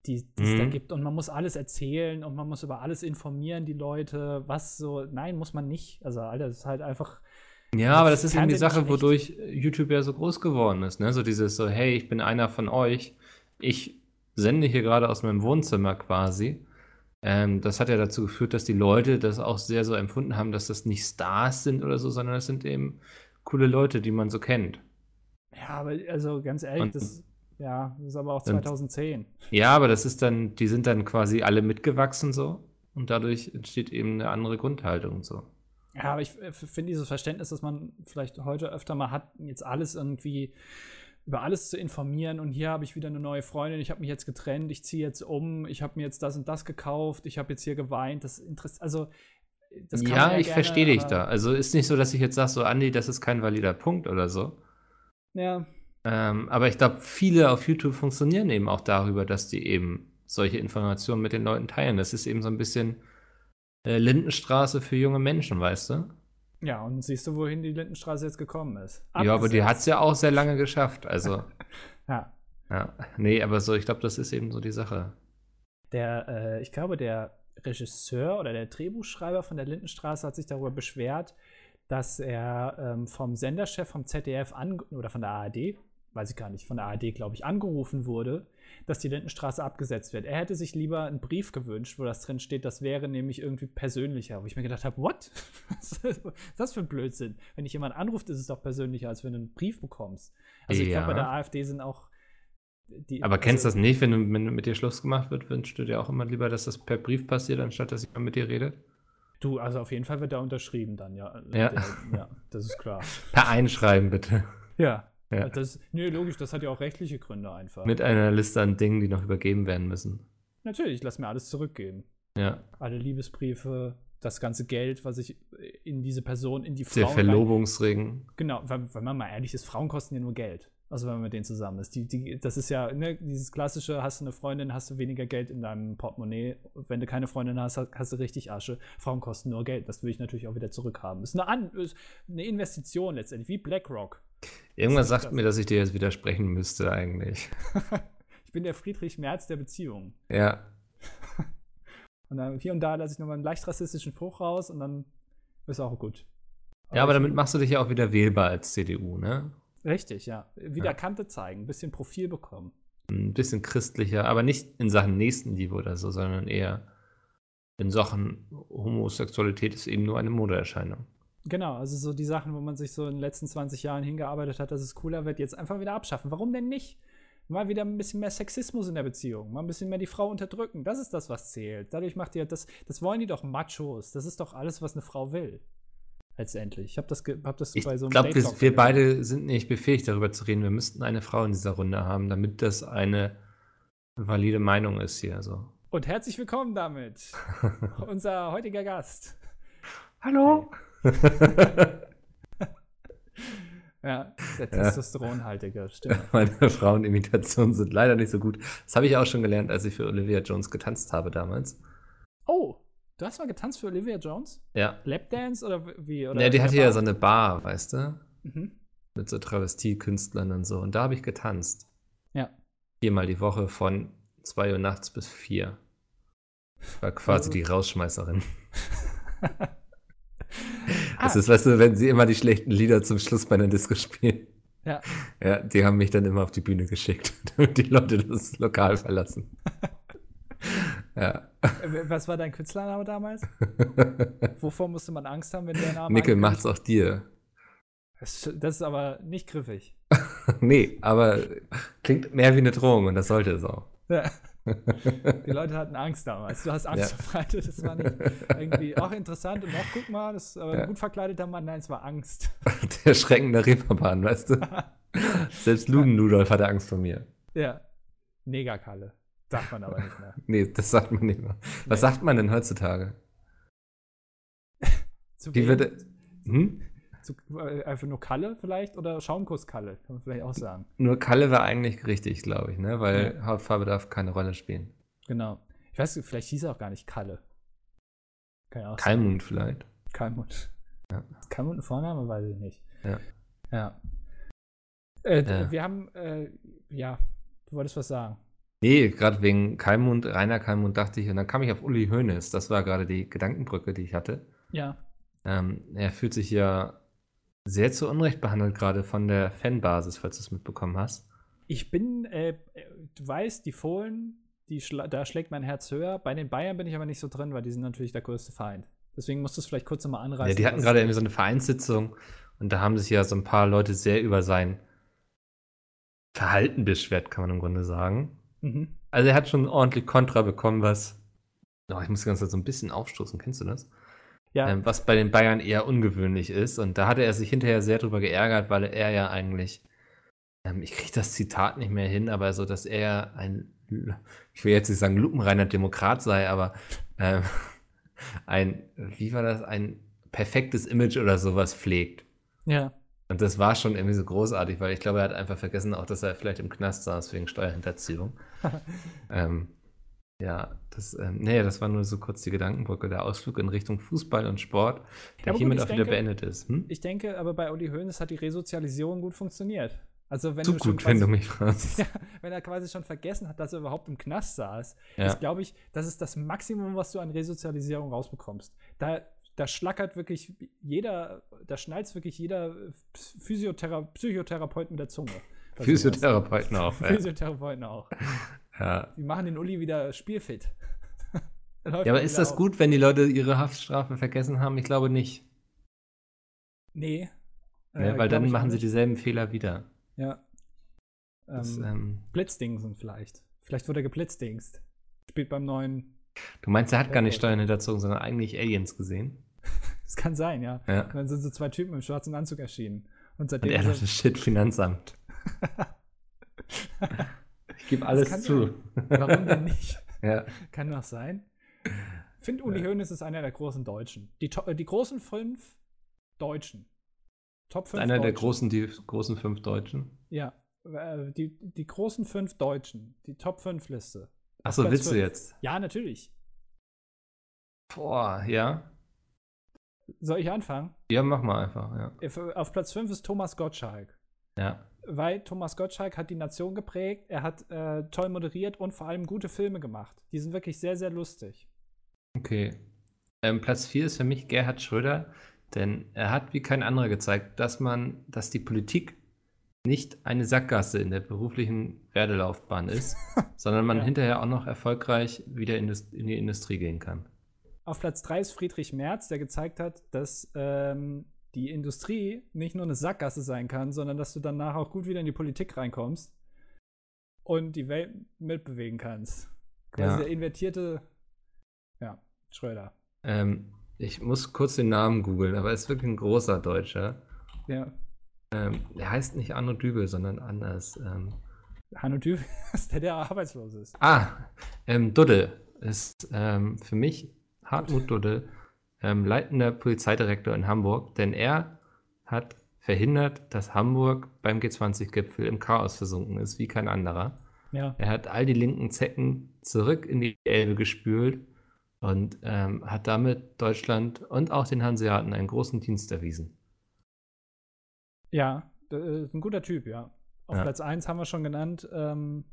die die es da
Mhm.
gibt. Und man muss alles erzählen und man muss über alles informieren, die Leute, was so. Nein, muss man nicht. Also, Alter, das ist halt einfach.
Ja, aber
Das
das ist eben die
Fernsehen ist
Sache,
schlecht.
wodurch YouTube ja so groß geworden ist, ne? So dieses so, hey, ich bin einer von euch. Ich sende hier gerade aus meinem Wohnzimmer quasi. Ähm, das hat ja dazu geführt, dass die Leute das auch sehr so empfunden haben, dass das nicht Stars sind oder so, sondern das sind eben coole Leute, die man so kennt.
Ja, aber also ganz ehrlich,
Und-
das, ja, das ist aber auch
Und-
2010.
Ja, aber das ist dann, die sind dann quasi alle mitgewachsen so und dadurch entsteht eben eine andere Grundhaltung so.
Ja, aber ich äh, f- finde dieses Verständnis, dass man vielleicht heute öfter mal hat, jetzt alles irgendwie über alles zu informieren und hier habe ich wieder eine neue Freundin, ich habe mich jetzt getrennt, ich ziehe jetzt um, ich habe mir jetzt das und das gekauft, ich habe jetzt hier geweint, das interessiert, also das kann man
ja, ich
gerne,
verstehe dich
aber-
da. Also ist nicht so, dass ich jetzt sage, so Andi, das ist kein valider Punkt oder so.
Ja,
Ähm, aber ich glaube, viele auf YouTube funktionieren eben auch darüber, dass die eben solche Informationen mit den Leuten teilen. Das ist eben so ein bisschen äh, Lindenstraße für junge Menschen, weißt du?
ja, und siehst du, wohin die Lindenstraße jetzt gekommen ist.
Ja, aber die hat es
Abgesetzt.
ja auch sehr lange geschafft. Also,
Ja,
ja. Nee, aber so, ich glaube, das ist eben so die Sache.
Der, äh, ich glaube, der Regisseur oder der Drehbuchschreiber von der Lindenstraße hat sich darüber beschwert, dass er ähm, vom Senderchef vom ZDF an oder von der ARD, weiß ich gar nicht, von der ARD, glaube ich, angerufen wurde, dass die Lindenstraße abgesetzt wird. Er hätte sich lieber einen Brief gewünscht, wo das drin steht, das wäre nämlich irgendwie persönlicher, wo ich mir gedacht habe, what? Was ist das für ein Blödsinn? Wenn dich jemand anruft, ist es doch persönlicher, als wenn du einen Brief bekommst. Also ich glaube,
Ja.
bei der AfD sind auch die.
Aber kennst du
also,
das nicht? Wenn, du, wenn mit dir Schluss gemacht wird, wünschst du dir auch immer lieber, dass das per Brief passiert, anstatt dass jemand mit dir redet?
Du, also auf jeden Fall wird da unterschrieben dann, ja.
Ja.
Der, ja das ist klar.
Per Einschreiben bitte.
Ja.
Ja.
Das, nee, logisch, das hat ja auch rechtliche Gründe einfach.
Mit einer Liste an Dingen, die noch übergeben werden müssen.
Natürlich, lass mir alles zurückgeben.
Ja.
Alle Liebesbriefe, das ganze Geld, was ich in diese Person, in die Frau.
Der Verlobungsring.
Genau, wenn, wenn man mal ehrlich ist, Frauen kosten ja nur Geld. Also wenn man mit denen zusammen ist. Die, die, das ist ja ne, dieses klassische, hast du eine Freundin, hast du weniger Geld in deinem Portemonnaie. Wenn du keine Freundin hast, hast, hast du richtig Asche. Frauen kosten nur Geld. Das will ich natürlich auch wieder zurückhaben. Ist eine, An ist eine Investition letztendlich, wie BlackRock.
Irgendwas
Das ist
sagt
das.
mir, dass ich dir jetzt widersprechen müsste eigentlich.
Ich bin der Friedrich Merz der Beziehungen.
Ja.
Und dann hier und da lasse ich nochmal einen leicht rassistischen Spruch raus und dann ist auch gut. Also,
Ja, aber damit machst du dich ja auch wieder wählbar als CDU, ne?
Richtig, ja. Wieder
Ja.
Kante zeigen, ein bisschen Profil bekommen.
Ein bisschen christlicher, aber nicht in Sachen Nächstenliebe oder so, sondern eher in Sachen Homosexualität ist eben nur eine Modeerscheinung.
Genau, also so die Sachen, wo man sich so in den letzten 20 Jahren hingearbeitet hat, dass es cooler wird, jetzt einfach wieder abschaffen. Warum denn nicht? Mal wieder ein bisschen mehr Sexismus in der Beziehung, mal ein bisschen mehr die Frau unterdrücken. Das ist das, was zählt. Dadurch macht ihr das, das wollen die doch Machos. Das ist doch alles, was eine Frau will. Letztendlich. Ich habe das, ge- hab das
Ich
bei so einem
glaube,
Date-Talk
wir, wir
gelernt.
beide sind nicht befähigt, darüber zu reden. Wir müssten eine Frau in dieser Runde haben, damit das eine valide Meinung ist hier. So.
Und herzlich willkommen damit. Unser heutiger Gast.
Hallo?
Ja, der testosteronhaltige, stimmt.
Meine Frauenimitationen sind leider nicht so gut. Das habe ich auch schon gelernt, als ich für Olivia Jones getanzt habe damals.
Oh, du hast mal getanzt für Olivia Jones?
Ja.
Lapdance oder wie? Oder
ja die
in
hatte
der
ja
Bar?
so eine Bar, weißt du?
Mhm.
Mit so Travestiekünstlern und so. Und da habe ich getanzt.
Ja.
Viermal die Woche von 2 Uhr nachts bis 4. War quasi
Also-
die Rausschmeißerin. Das
Ah.
ist, weißt du, wenn sie immer die schlechten Lieder zum Schluss bei einer Disco spielen.
Ja.
Ja, die haben mich dann immer auf die Bühne geschickt, damit die Leute das Lokal verlassen. ja.
Äh, Was war dein Künstlername damals? Wovor musste man Angst haben, wenn der Name.
Nickel
angekündigt-
macht's auch dir.
Das ist- das ist aber nicht griffig.
nee, aber klingt mehr wie eine Drohung und das sollte es auch.
Ja. Die Leute hatten Angst damals. Du hast Angst
Ja.
verbreitet. Das war nicht irgendwie auch interessant und auch guck mal, das ist aber ein
Ja.
gut verkleideter Mann. Nein, es war Angst.
Der Schrecken der Reeperbahn, weißt du? Selbst Luden-Ludolf hatte Angst vor mir.
Ja. Negerkalle. Sagt man aber nicht mehr.
Nee, das sagt man nicht mehr. Was
Nee.
sagt man denn heutzutage?
Zu
Wie
wem?
würde. Hm?
Zu, äh, einfach nur Kalle vielleicht oder Schaumkusskalle, kann man vielleicht auch sagen.
Nur Kalle war eigentlich richtig, glaube ich, ne? Weil Hautfarbe darf keine Rolle spielen.
Genau. Ich weiß, nicht, vielleicht hieß er auch gar nicht Kalle. Kann ja auch sein.
Kalmund vielleicht.
Kalmund.
Ja.
Kalmund ein Vorname, weiß ich nicht.
Ja.
Ja. Äh, d-
Ja.
Wir haben, äh, ja, du wolltest was sagen.
Nee, gerade wegen Kalmund, Rainer Kalmund dachte ich, und dann kam ich auf Uli Hoeneß. Das war gerade die Gedankenbrücke, die ich hatte.
Ja.
Ähm, er fühlt sich ja sehr zu Unrecht behandelt, gerade von der Fanbasis, falls du es mitbekommen hast.
Ich bin, äh, äh, du weißt, die Fohlen, die schla da schlägt mein Herz höher. Bei den Bayern bin ich aber nicht so drin, weil die sind natürlich der größte Feind. Deswegen musst du es vielleicht kurz nochmal anreißen.
Ja, die hatten
was-
gerade irgendwie so eine Vereinssitzung und da haben sich ja so ein paar Leute sehr über sein Verhalten beschwert, kann man im Grunde sagen.
Mhm.
Also er hat schon ordentlich Kontra bekommen, was. Oh, ich muss die ganze Zeit so ein bisschen aufstoßen, kennst du das?
Ja,
Ähm, was bei den Bayern eher ungewöhnlich ist. Und da hatte er sich hinterher sehr drüber geärgert, weil er ja eigentlich, ähm, ich kriege das Zitat nicht mehr hin, aber so, dass er ja ein, ich will jetzt nicht sagen, lupenreiner Demokrat sei, aber ähm, ein, wie war das, ein perfektes Image oder sowas pflegt.
ja.
Und das war schon irgendwie so großartig, weil ich glaube, er hat einfach vergessen, auch dass er vielleicht im Knast saß wegen Steuerhinterziehung. ähm, ja, das, ähm, nee, das war nur so kurz die Gedankenbrücke, der Ausflug in Richtung Fußball und Sport,
Ja, aber
der
gut,
hiermit
ich
auch wieder
denke-
beendet ist. Hm?
Ich denke, aber bei Uli Hoeneß hat die Resozialisierung gut funktioniert. Also wenn
Zu
du schon
gut, wenn du
quasi-
mich fragst.
Ja, wenn er quasi schon vergessen hat, dass er überhaupt im Knast saß,
Ja.
ist, glaube ich, das ist das Maximum, was du an Resozialisierung rausbekommst. Da, da schlackert wirklich jeder, da schnallt wirklich jeder Physiothera Psychotherapeut mit der Zunge. Bei sowas.
Physiotherapeuten auch. ja.
Physiotherapeuten auch.
Ja.
Die machen den Uli wieder spielfit. Dann läuft
ja, aber
er
ist
wieder
das
auf.
gut, wenn die Leute ihre Haftstrafe vergessen haben? Ich glaube nicht.
Nee.
Ne?
Äh,
weil
glaub
dann
Äh, ich
machen sie
nicht.
dieselben Fehler wieder.
Ja.
Das,
Ähm,
ähm,
Blitzdingsen vielleicht. Vielleicht wurde er geblitzdingst. Spielt beim neuen.
du meinst, er hat gar nicht
okay.
Steuern hinterzogen, sondern eigentlich Aliens gesehen?
Es kann sein, ja.
Ja.
Und dann sind so zwei Typen im schwarzen Anzug erschienen. Und
Und
seitdem.
er
ist
dachte, shit, Finanzamt. ich gebe
kann
alles zu.
er, warum denn nicht?
Ja.
Kann doch sein. Find Uli Hoeneß ist einer der großen Deutschen. Die, to- äh, die großen fünf Deutschen. Top 5
Einer der
Deutschen.
großen, die großen fünf Deutschen.
Ja. äh, die, die großen fünf Deutschen, die Top 5 Liste.
Achso,
Platz
willst du
fünf.
jetzt?
Ja, natürlich.
Boah, ja.
Soll ich anfangen?
Ja, mach mal einfach, ja.
Auf- Auf Platz 5 ist Thomas Gottschalk.
Ja,
Weil Thomas Gottschalk hat die Nation geprägt, er hat äh, toll moderiert und vor allem gute Filme gemacht. Die sind wirklich sehr, sehr lustig.
okay. Ähm, Platz 4 ist für mich Gerhard Schröder, denn er hat wie kein anderer gezeigt, dass man, dass die Politik nicht eine Sackgasse in der beruflichen Werdelaufbahn ist, sondern man
Ja.
hinterher auch noch erfolgreich wieder Indus- in die Industrie gehen kann.
Auf Platz 3 ist Friedrich Merz, der gezeigt hat, dass ähm, die Industrie nicht nur eine Sackgasse sein kann, sondern dass du danach auch gut wieder in die Politik reinkommst und die Welt mitbewegen kannst. Quasi
Ja.
der invertierte, ja, Schröder.
Ähm, ich muss kurz den Namen googeln, aber er ist wirklich ein großer Deutscher.
Ja,
Ähm, er heißt nicht Arno Dübel, sondern anders. Ähm,
Hanno Dübel ist der, der arbeitslos ist.
ah, ähm, Dudde ist ähm, für mich Hartmut Dudde, ähm, leitender Polizeidirektor in Hamburg, denn er hat verhindert, dass Hamburg beim G20-Gipfel im Chaos versunken ist, wie kein anderer.
Ja,
Er hat all die linken Zecken zurück in die Elbe gespült und ähm, hat damit Deutschland und auch den Hanseaten einen großen Dienst erwiesen.
ja, d- äh, ein guter Typ, ja. Auf
Ja.
Platz 1 haben wir schon genannt, ähm,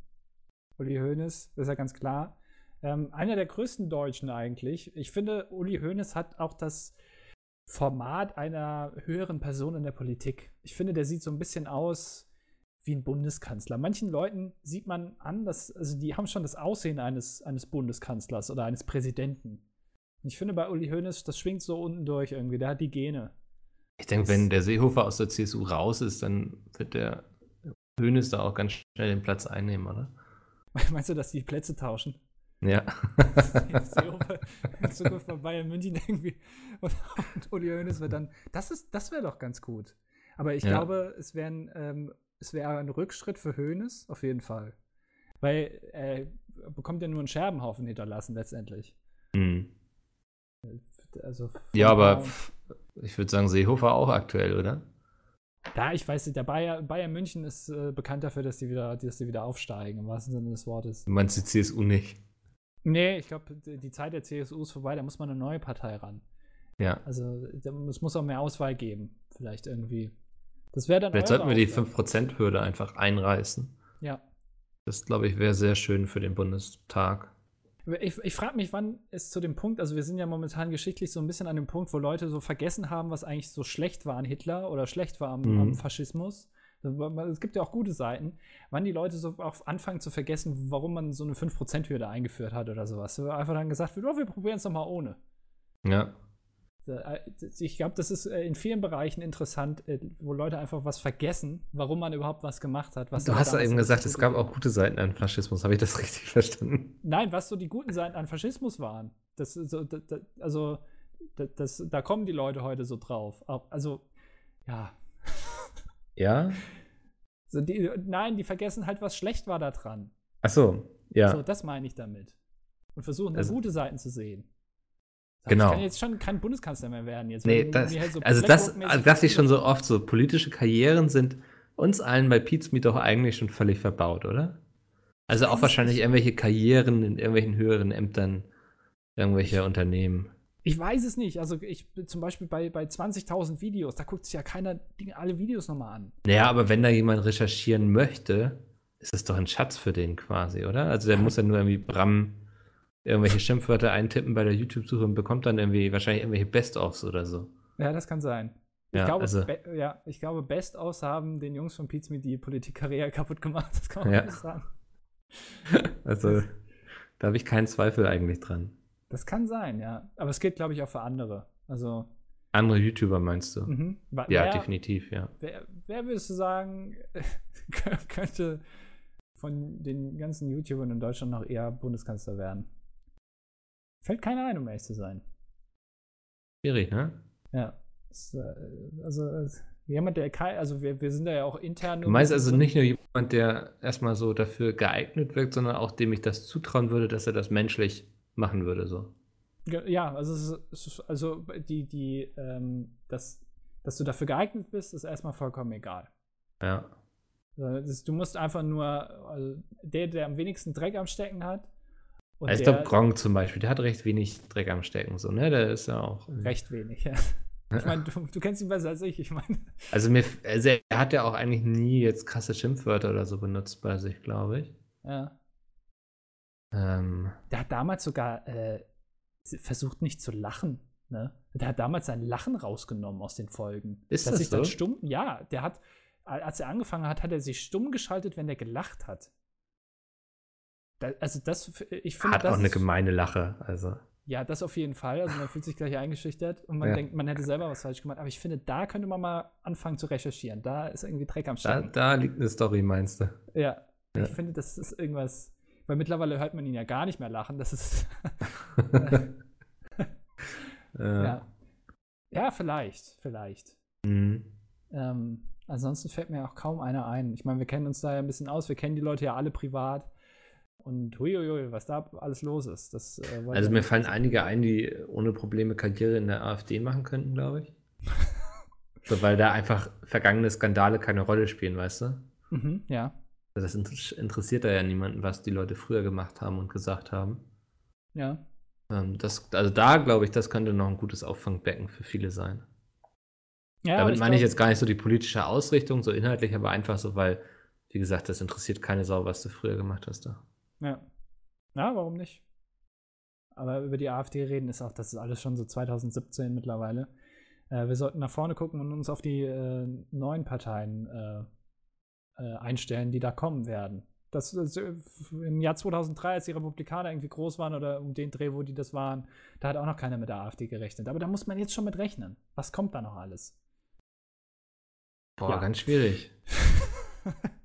Uli Hoeneß, das ist ja ganz klar. Ähm, einer der größten Deutschen eigentlich. Ich finde, Uli Hoeneß hat auch das Format einer höheren Person in der Politik. Ich finde, der sieht so ein bisschen aus wie ein Bundeskanzler. Manchen Leuten sieht man an, dass, also die haben schon das Aussehen eines, eines Bundeskanzlers oder eines Präsidenten. Und ich finde, bei Uli Hoeneß, das schwingt so unten durch irgendwie. Der hat die Gene.
Ich denke, wenn der Seehofer aus der CSU raus ist, dann wird der Hönes da auch ganz schnell den Platz einnehmen, oder?
Meinst du, dass die Plätze tauschen?
Ja.
Seehofer in Zukunft bei Bayern München irgendwie und, und Uli Hoeneß wird dann, das ist, das wäre doch ganz gut. Aber ich
Ja.
glaube, es wäre ein, ähm, es wäre ein Rückschritt für Hoeneß auf jeden Fall, weil er bekommt ja nur einen Scherbenhaufen hinterlassen letztendlich.
Hm.
Also
Ja, aber pff, ich würde sagen, Seehofer auch aktuell, oder?
da ich weiß nicht, der Bayer, Bayern München ist äh, bekannt dafür, dass die wieder, dass die wieder aufsteigen im wahrsten Sinne des Wortes.
Du meinst die CSU nicht?
Nee, ich glaube, die die Zeit der CSU ist vorbei, da muss man eine neue Partei ran.
Ja.
Also da- es muss auch mehr Auswahl geben, vielleicht irgendwie. Das wäre dann.
Vielleicht
eure
sollten wir die
Aufgabe.
5%-Hürde einfach einreißen.
Ja.
Das, glaube ich, wäre sehr schön für den Bundestag.
Ich, ich frage mich, wann es zu dem Punkt, also wir sind ja momentan geschichtlich so ein bisschen an dem Punkt, wo Leute so vergessen haben, was eigentlich so schlecht war an Hitler oder schlecht war am,
Mhm.
am Faschismus. Also, Es gibt ja auch gute Seiten, wann die Leute so auch anfangen zu vergessen, warum man so eine 5%-Hürde eingeführt hat oder sowas. So Einfach dann gesagt wird, oh, wir probieren es nochmal ohne.
Ja.
Da- äh, Ich glaube, das ist äh, in vielen Bereichen interessant, äh, wo Leute einfach was vergessen, warum man überhaupt was gemacht hat. Was
Du
man
hast ja
damals
eben gesagt,
alles
es gab
gut-
auch gute Seiten an Faschismus. Habe ich das richtig verstanden?
Nein, was so die guten Seiten an Faschismus waren. Das, ist so, da- da- also, da- das, da kommen die Leute heute so drauf. Auch- Also, ja.
Ja?
So die, nein, die vergessen halt, was schlecht war da dran.
Ach so, ja.
So, das meine ich damit. Und versuchen, da
Also-
gute Seiten zu sehen. So,
Genau.
Ich kann jetzt schon kein Bundeskanzler mehr werden. Jetzt,
Nee,
wenn du
das,
mir halt so
also das,
Blackboard-mäßig
also das ich schon so oft so, politische Karrieren sind uns allen bei Pizmi doch eigentlich schon völlig verbaut, oder? Also
weiß
auch
es
wahrscheinlich
nicht.
irgendwelche Karrieren in irgendwelchen höheren Ämtern, irgendwelcher Unternehmen.
Ich weiß es nicht. Also ich bin zum Beispiel bei, bei 20.000 Videos, da guckt sich ja keiner Ding, alle Videos nochmal an.
Naja, aber wenn da jemand recherchieren möchte, ist das doch ein Schatz für den quasi, oder? Also der muss ja nur irgendwie Bram irgendwelche Schimpfwörter eintippen bei der YouTube-Suche und bekommt dann irgendwie wahrscheinlich irgendwelche Best-ofs oder so.
Ja, das kann sein.
Ja,
ich, glaube,
also-
be ja, ich glaube, Best-Aus haben den Jungs von Pizmi die Politikkarriere kaputt gemacht. Das kann man
Ja.
nicht sagen.
Also da habe ich keinen Zweifel eigentlich dran.
Das kann sein, ja. Aber es gilt, glaube ich, auch für andere. Also,
Andere YouTuber meinst du?
mhm. Wa-
Ja,
wer,
definitiv, ja.
Wer, wer würdest du sagen, kö- könnte von den ganzen YouTubern in Deutschland noch eher Bundeskanzler werden? Fällt keiner ein, um ehrlich zu sein.
Schwierig, ne?
Ja. Es, äh, Also, äh, jemand, der kein, also wir, wir sind da ja auch intern.
Du meinst also nicht nur jemand, der erstmal so dafür geeignet wirkt, sondern auch dem ich das zutrauen würde, dass er das menschlich machen würde, so.
Ge- Ja, also, es ist, es ist, also die, die, ähm, das, dass du dafür geeignet bist, ist erstmal vollkommen egal.
Ja.
Das ist- Du musst einfach nur, also der, der am wenigsten Dreck am Stecken hat, und
Also ich glaube, Gronk zum Beispiel, der hat recht wenig Dreck am Stecken, so, ne? Der ist ja auch.
recht wenig. Ja. Ich meine, du, du kennst ihn besser als ich. Ich meine,
Also, mir, also er hat ja auch eigentlich nie jetzt krasse Schimpfwörter oder so benutzt bei sich, glaube ich.
ja.
Ähm,
der hat damals sogar äh, versucht, nicht zu lachen. Ne? Der hat damals sein Lachen rausgenommen aus den Folgen.
Ist
Dass
das
ich dann
so?
stumm? Ja, der hat, als er angefangen hat, hat er sich stumm geschaltet, wenn er gelacht hat. Da, also das, ich finde,
hat
das
auch eine
ist-
gemeine Lache. Also,
Ja, das auf jeden Fall. Also man fühlt sich gleich eingeschüchtert und man
Ja.
denkt, man hätte selber was falsch gemacht. Aber ich finde, da könnte man mal anfangen zu recherchieren. Da ist irgendwie Dreck am
da,
Stecken.
da liegt eine Story, meinst du?
Ja.
Ja.
Ich finde, das ist irgendwas. Weil mittlerweile hört man ihn ja gar nicht mehr lachen. Das ist.
Äh,
ja. ja, vielleicht. Vielleicht.
mhm.
Ähm, ansonsten fällt mir auch kaum einer ein. Ich meine, wir kennen uns da ja ein bisschen aus. Wir kennen die Leute ja alle privat. Und huiuiui, was da alles los ist. Das, äh, wollte
Also,
ich
mir fallen einige ein, die ohne Probleme Karriere in der AfD machen könnten, glaube ich. so, weil da einfach vergangene Skandale keine Rolle spielen, weißt du? Also
Mhm, ja.
Das inter- interessiert da ja niemanden, was die Leute früher gemacht haben und gesagt haben.
Ja.
Ähm, das, also da glaube ich, das könnte noch ein gutes Auffangbecken für viele sein.
ja aber
Damit meine ich
glaub-
jetzt gar nicht so die politische Ausrichtung, so inhaltlich, aber einfach so, weil, wie gesagt, das interessiert keine Sau, was du früher gemacht hast da.
Ja. Na, warum nicht? Aber über die AfD reden ist auch, das ist alles schon so 2017 mittlerweile. Äh, wir sollten nach vorne gucken und uns auf die äh, neuen Parteien äh, äh, einstellen, die da kommen werden. Das, das äh, im Jahr 2003, als die Republikaner irgendwie groß waren oder um den Dreh, wo die das waren, da hat auch noch keiner mit der AfD gerechnet. Aber da muss man jetzt schon mit rechnen. Was kommt da noch alles?
Boah,
Ja.
ganz schwierig.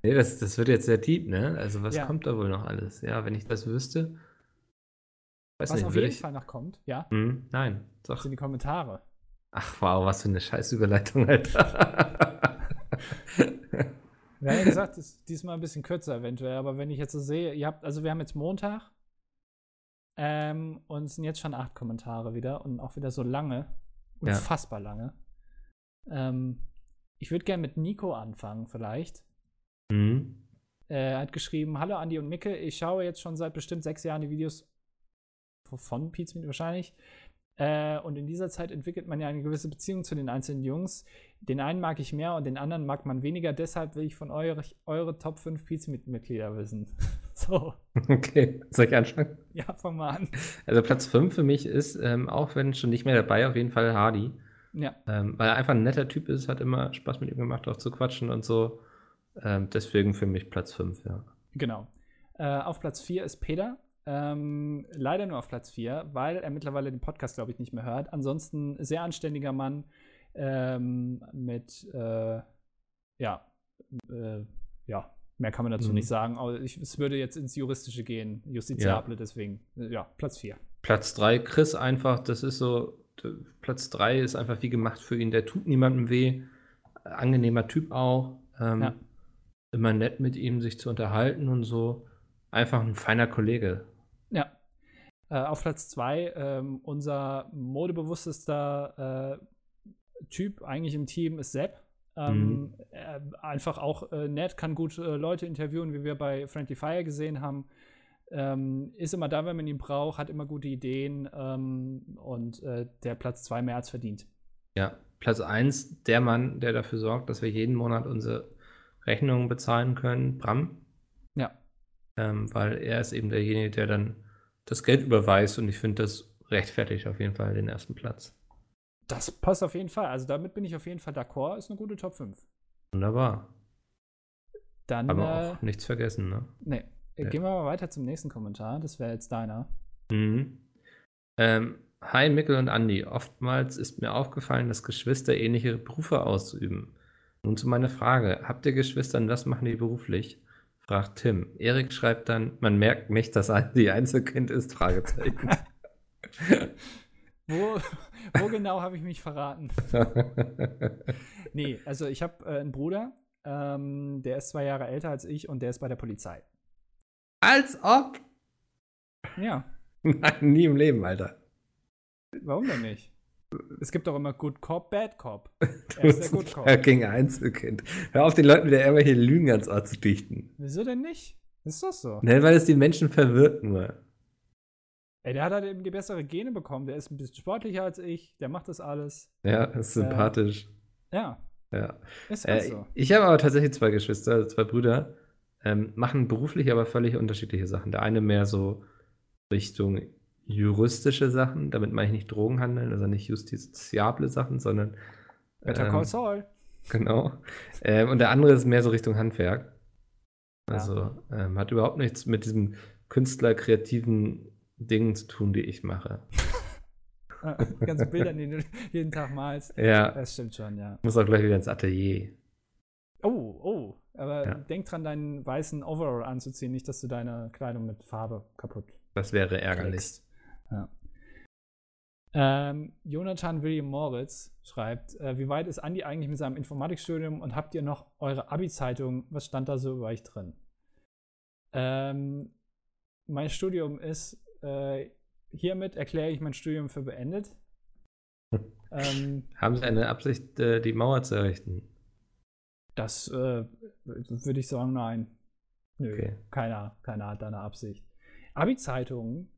Nee, das, das wird jetzt sehr deep, ne? Also, was
Ja.
kommt da wohl noch alles? Ja, wenn ich das wüsste. Weiß
Was
nicht,
auf
würde
jeden
ich.
Fall noch kommt, ja,
Hm, nein, doch.
sind die Kommentare.
Ach, wow, was für eine Scheißüberleitung, Alter.
Wir haben ja gesagt, es ist diesmal ein bisschen kürzer eventuell, aber wenn ich jetzt so sehe, ihr habt, also wir haben jetzt Montag ähm, und es sind jetzt schon acht Kommentare wieder und auch wieder so lange,
Ja.
unfassbar lange. Ähm, ich würde gerne mit Nico anfangen vielleicht.
hm?
Äh, Er hat geschrieben, hallo Andi und Micke, ich schaue jetzt schon seit bestimmt sechs Jahren die Videos von Pizza wahrscheinlich. Äh, und in dieser Zeit entwickelt man ja eine gewisse Beziehung zu den einzelnen Jungs. Den einen mag ich mehr und den anderen mag man weniger. Deshalb will ich von euch eure Top 5 Pizza-Mitglieder wissen. so,
Okay, soll ich anfangen?
ja, fang mal an.
Also Platz 5 für mich ist, ähm, auch wenn schon nicht mehr dabei, auf jeden Fall Hardy.
Ja,
Ähm, weil er einfach ein netter Typ ist, hat immer Spaß mit ihm gemacht, auch zu quatschen und so. Ähm, deswegen für mich Platz 5, ja.
genau. Äh, auf Platz 4 ist Peter. Ähm, leider nur auf Platz 4, weil er mittlerweile den Podcast, glaube ich, nicht mehr hört. Ansonsten sehr anständiger Mann ähm, mit, äh, ja, äh, ja, mehr kann man dazu
Mhm.
nicht sagen. Aber ich, es würde jetzt ins Juristische gehen, Justiziable, deswegen, äh, ja, Platz 4.
Platz 3, Chris einfach, das ist so, d- Platz 3 ist einfach wie gemacht für ihn, der tut niemandem weh. Äh, Angenehmer Typ auch. Ähm,
Ja.
Immer nett mit ihm, sich zu unterhalten und so. Einfach ein feiner Kollege.
Ja. Äh, auf Platz zwei ähm, unser modebewusstester äh, Typ eigentlich im Team ist Sepp.
Mhm.
Ähm, äh, einfach auch äh, nett, kann gut äh, Leute interviewen, wie wir bei Friendly Fire gesehen haben. Ähm, ist immer da, wenn man ihn braucht, hat immer gute Ideen ähm, und äh, der Platz zwei mehr als verdient.
Ja, Platz 1, der Mann, der dafür sorgt, dass wir jeden Monat unsere Rechnungen bezahlen können, Bram.
Ja.
Ähm, weil er ist eben derjenige, der dann das Geld überweist und ich finde, das rechtfertigt auf jeden Fall den ersten Platz.
Das passt auf jeden Fall. Also damit bin ich auf jeden Fall d'accord. Ist eine gute Top 5.
Wunderbar.
Dann
Haben wir
äh,
auch nichts vergessen, ne?
nee. Äh,
Ja.
gehen wir mal weiter zum nächsten Kommentar. Das wäre jetzt deiner.
Mhm. Ähm, hi, Mickel und Andi. Oftmals ist mir aufgefallen, dass Geschwister ähnliche Berufe ausüben. Nun zu meiner Frage. Habt ihr Geschwister und was machen die beruflich? Fragt Tim. Erik schreibt dann, man merkt nicht, dass Andi Einzelkind ist? Fragezeichen.
Wo, wo genau habe ich mich verraten? Nee, also ich habe äh, einen Bruder, ähm, der ist zwei Jahre älter als ich und der ist bei der Polizei.
Als ob!
Ja,
Nein, nie im Leben, Alter.
warum denn nicht? Es gibt auch immer Good Cop, Bad Cop.
Du bist ein fucking Einzelkind. Hör auf, den Leuten wieder irgendwelche Lügen ganz Ort zu dichten.
Wieso denn nicht? Ist das so?
Nein, weil es die Menschen ne? verwirrt nur.
Ey, der hat halt eben die bessere Gene bekommen. Der ist ein bisschen sportlicher als ich. Der macht das alles.
Ja, ist
Äh,
sympathisch.
Ja,
Ja.
ist halt
Äh,
so.
ich habe aber tatsächlich zwei Geschwister, also zwei Brüder, ähm, machen beruflich aber völlig unterschiedliche Sachen. Der eine mehr so Richtung juristische Sachen, damit meine ich nicht Drogenhandeln, also nicht justiziable Sachen, sondern.
Better
ähm,
Call Saul.
Genau. Ähm, und der andere ist mehr so Richtung Handwerk. Also ähm, hat überhaupt nichts mit diesem künstler-kreativen Dingen zu tun, die ich mache.
Ah, die ganzen Bilder, die du jeden Tag malst.
Ja,
Das stimmt schon, ja.
muss auch gleich wieder ins Atelier.
Oh, oh. Aber
Ja.
denk dran, deinen weißen Overall anzuziehen, nicht, dass du deine Kleidung mit Farbe kaputt
Das wäre ärgerlich.
kriegst. Ja. Ähm, Jonathan William Moritz schreibt, äh, wie weit ist Andi eigentlich mit seinem Informatikstudium und habt ihr noch eure Abi-Zeitung? Was stand da so über euch drin? Ähm, mein Studium ist, äh, hiermit erkläre ich mein Studium für beendet. ähm,
Haben Sie eine Absicht, äh, die Mauer zu errichten?
Das äh, würde ich sagen, nein. Nö,
Okay.
keiner, keiner hat da eine Absicht. Abi-Zeitungen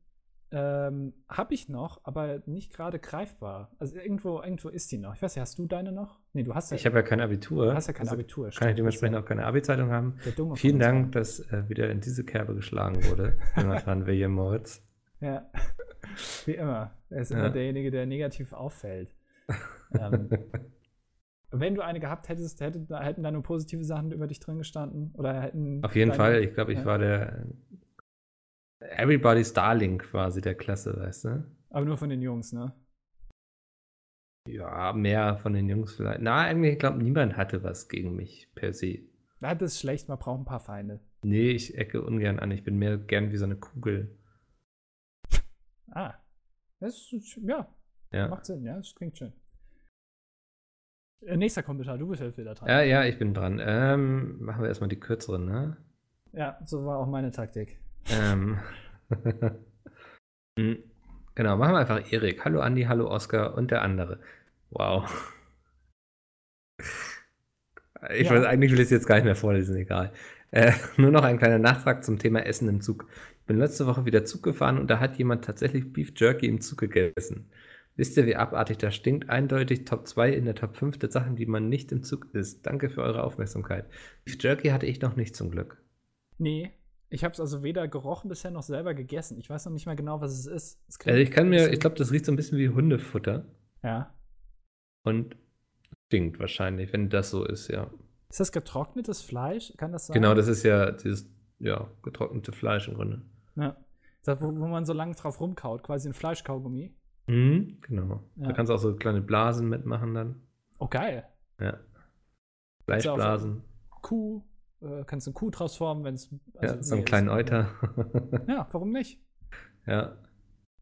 ähm, habe ich noch, aber nicht gerade greifbar. Also irgendwo, irgendwo ist die noch. Ich weiß nicht, hast du deine noch? Nee, du hast ja,
Ich habe ja kein Abitur.
du hast ja kein
also
Abitur. Oh,
Kann ich dementsprechend auch keine Abi-Zeitung haben.
Der Dumme von
Vielen
uns
Dank, dass äh, wieder in diese Kerbe geschlagen wurde. Jonathan William Moritz.
Ja. Wie immer. Er ist
Ja.
immer derjenige, der negativ auffällt. ähm, wenn du eine gehabt hättest, hätte, hätten da nur positive Sachen über dich drin gestanden? Oder hätten
Auf jeden
deine-
Fall, ich glaube, ich
ja.
war der Everybody's Darling quasi der Klasse, weißt du?
Aber nur von den Jungs, ne?
Ja, mehr von den Jungs vielleicht. Na, eigentlich, ich glaube, niemand hatte was gegen mich per se.
Na, Das ist schlecht, man braucht ein paar Feinde.
Nee, ich ecke ungern an. Ich bin mehr gern wie so eine Kugel.
Ah. Das ist, ja,
Ja,
macht Sinn, ja, das klingt schön. Äh, nächster Kommentar, du bist halt wieder dran.
ja, ja ich bin dran. Ähm, machen wir erstmal die kürzeren, ne?
Ja, so war auch meine Taktik.
Ähm. Hm, genau, machen wir einfach Erik. Hallo Andi, hallo Oskar und der andere. Wow. Ich
Ja.
weiß, eigentlich will ich es jetzt gar nicht mehr vorlesen, egal. Äh, nur noch ein kleiner Nachtrag zum Thema Essen im Zug. Bin letzte Woche wieder Zug gefahren und da hat jemand tatsächlich Beef Jerky im Zug gegessen. Wisst ihr, wie abartig das stinkt? Eindeutig Top 2 in der Top 5 der Sachen, die man nicht im Zug isst. Danke für eure Aufmerksamkeit. Beef Jerky hatte ich noch nicht zum Glück.
Nee, ich habe es also weder gerochen bisher noch selber gegessen. Ich weiß noch nicht mal genau, was es ist. Es klingt
Also ich kann
ein
mir,
bisschen-
ich glaube, das riecht so ein bisschen wie Hundefutter
Ja.
und stinkt wahrscheinlich, wenn das so ist, ja.
Ist das getrocknetes Fleisch? Kann das sein?
Genau, das ist ja dieses ja, getrocknete Fleisch im Grunde.
Ja. Das, wo, wo man so lange drauf rumkaut, quasi ein Fleischkaugummi.
Mhm, genau. Da
Ja.
kannst du auch so kleine Blasen mitmachen dann.
Oh, geil.
Ja.
Kannst du auch-
Fleischblasen.
Kuh, äh, kannst du eine Kuh draus formen, wenn es.
ja, so einen kleinen Euter.
Ja, warum nicht?
ja.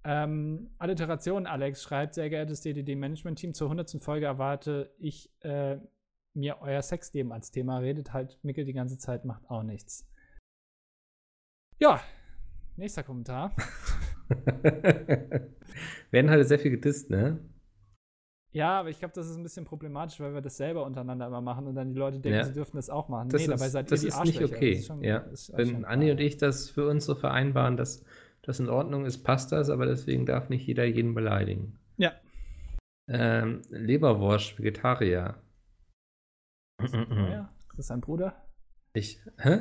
Ähm, Alliteration, Alex schreibt, sehr geehrtes DDD-Management-Team, zur 100. Folge erwarte ich äh, mir euer Sexleben als Thema. Redet halt Mickel die ganze Zeit, macht auch nichts. Ja, nächster Kommentar.
Werden halt sehr viel gedisst, ne?
Ja, aber ich glaube, das ist ein bisschen problematisch, weil wir das selber untereinander immer machen und dann die Leute denken,
Ja.
sie dürfen das auch machen.
Das
nee, dabei
ist-
seid
das
ihr die
ist nicht
Arschlöcher.
okay.
schon-
Ja.
ist schon
Wenn Anni
klar.
und ich das für uns so vereinbaren, dass das in Ordnung ist, passt das, aber deswegen darf nicht jeder jeden beleidigen.
Ja.
Ähm, Leberwurst, Vegetarier.
Ja, ist das sein Bruder?
Ich, hä?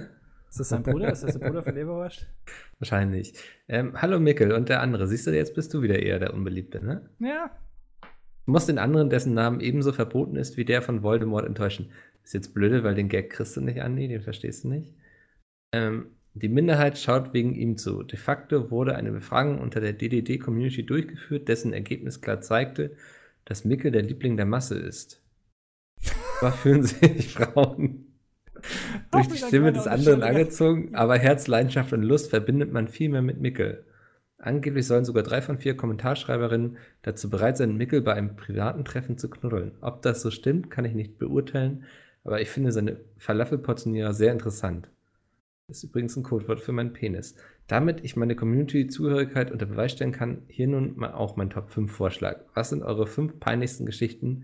Ist das sein Bruder? ist das der Bruder von Leberwurst?
Wahrscheinlich. Ähm, hallo Mickel und der andere. Siehst du, jetzt bist du wieder eher der Unbeliebte, ne?
Ja,
Du musst den anderen, dessen Namen ebenso verboten ist wie der von Voldemort, enttäuschen. Ist jetzt blöde, weil den Gag kriegst du nicht, Andi, den verstehst du nicht. Ähm, die Minderheit schaut wegen ihm zu. De facto wurde eine Befragung unter der DDD-Community durchgeführt, dessen Ergebnis klar zeigte, dass Mickel der Liebling der Masse ist. Zwar fühlen sich Frauen durch
Ach,
die
wieder
Stimme
keiner
des
auf die
anderen
Schulter.
angezogen, aber Herz, Leidenschaft und Lust verbindet man viel mehr mit Mickel. Angeblich sollen sogar drei von vier Kommentarschreiberinnen dazu bereit sein, Mickel bei einem privaten Treffen zu knuddeln. Ob das so stimmt, kann ich nicht beurteilen, aber ich finde seine Falafelportionierer sehr interessant. Ist übrigens ein Codewort für meinen Penis. Damit ich meine Community-Zugehörigkeit unter Beweis stellen kann, hier nun mal auch mein Top 5-Vorschlag. Was sind eure fünf peinlichsten Geschichten,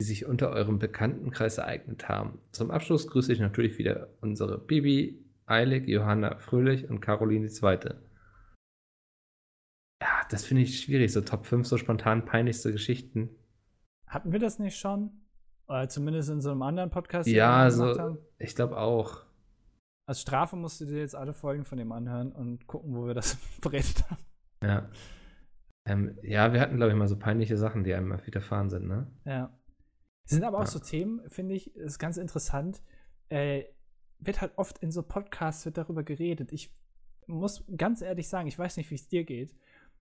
die sich unter eurem Bekanntenkreis ereignet haben? Zum Abschluss grüße ich natürlich wieder unsere Bibi, Eilig, Johanna Fröhlich und Caroline II. Ja, das finde ich schwierig, so Top 5 so spontan peinlichste Geschichten.
Hatten wir das nicht schon? Oder zumindest in so einem anderen Podcast? den
ja,
wir gemacht
so,
haben?
ich glaube auch.
Als Strafe musst du dir jetzt alle Folgen von dem anhören und gucken, wo wir das beredet haben.
Ja. Ähm, ja, wir hatten, glaube ich, mal so peinliche Sachen, die einem mal widerfahren sind, ne?
Ja. Es sind aber auch
Ja.
so Themen, finde ich, ist ganz interessant. Äh, wird halt oft in so Podcasts wird darüber geredet. Ich muss ganz ehrlich sagen, ich weiß nicht, wie es dir geht.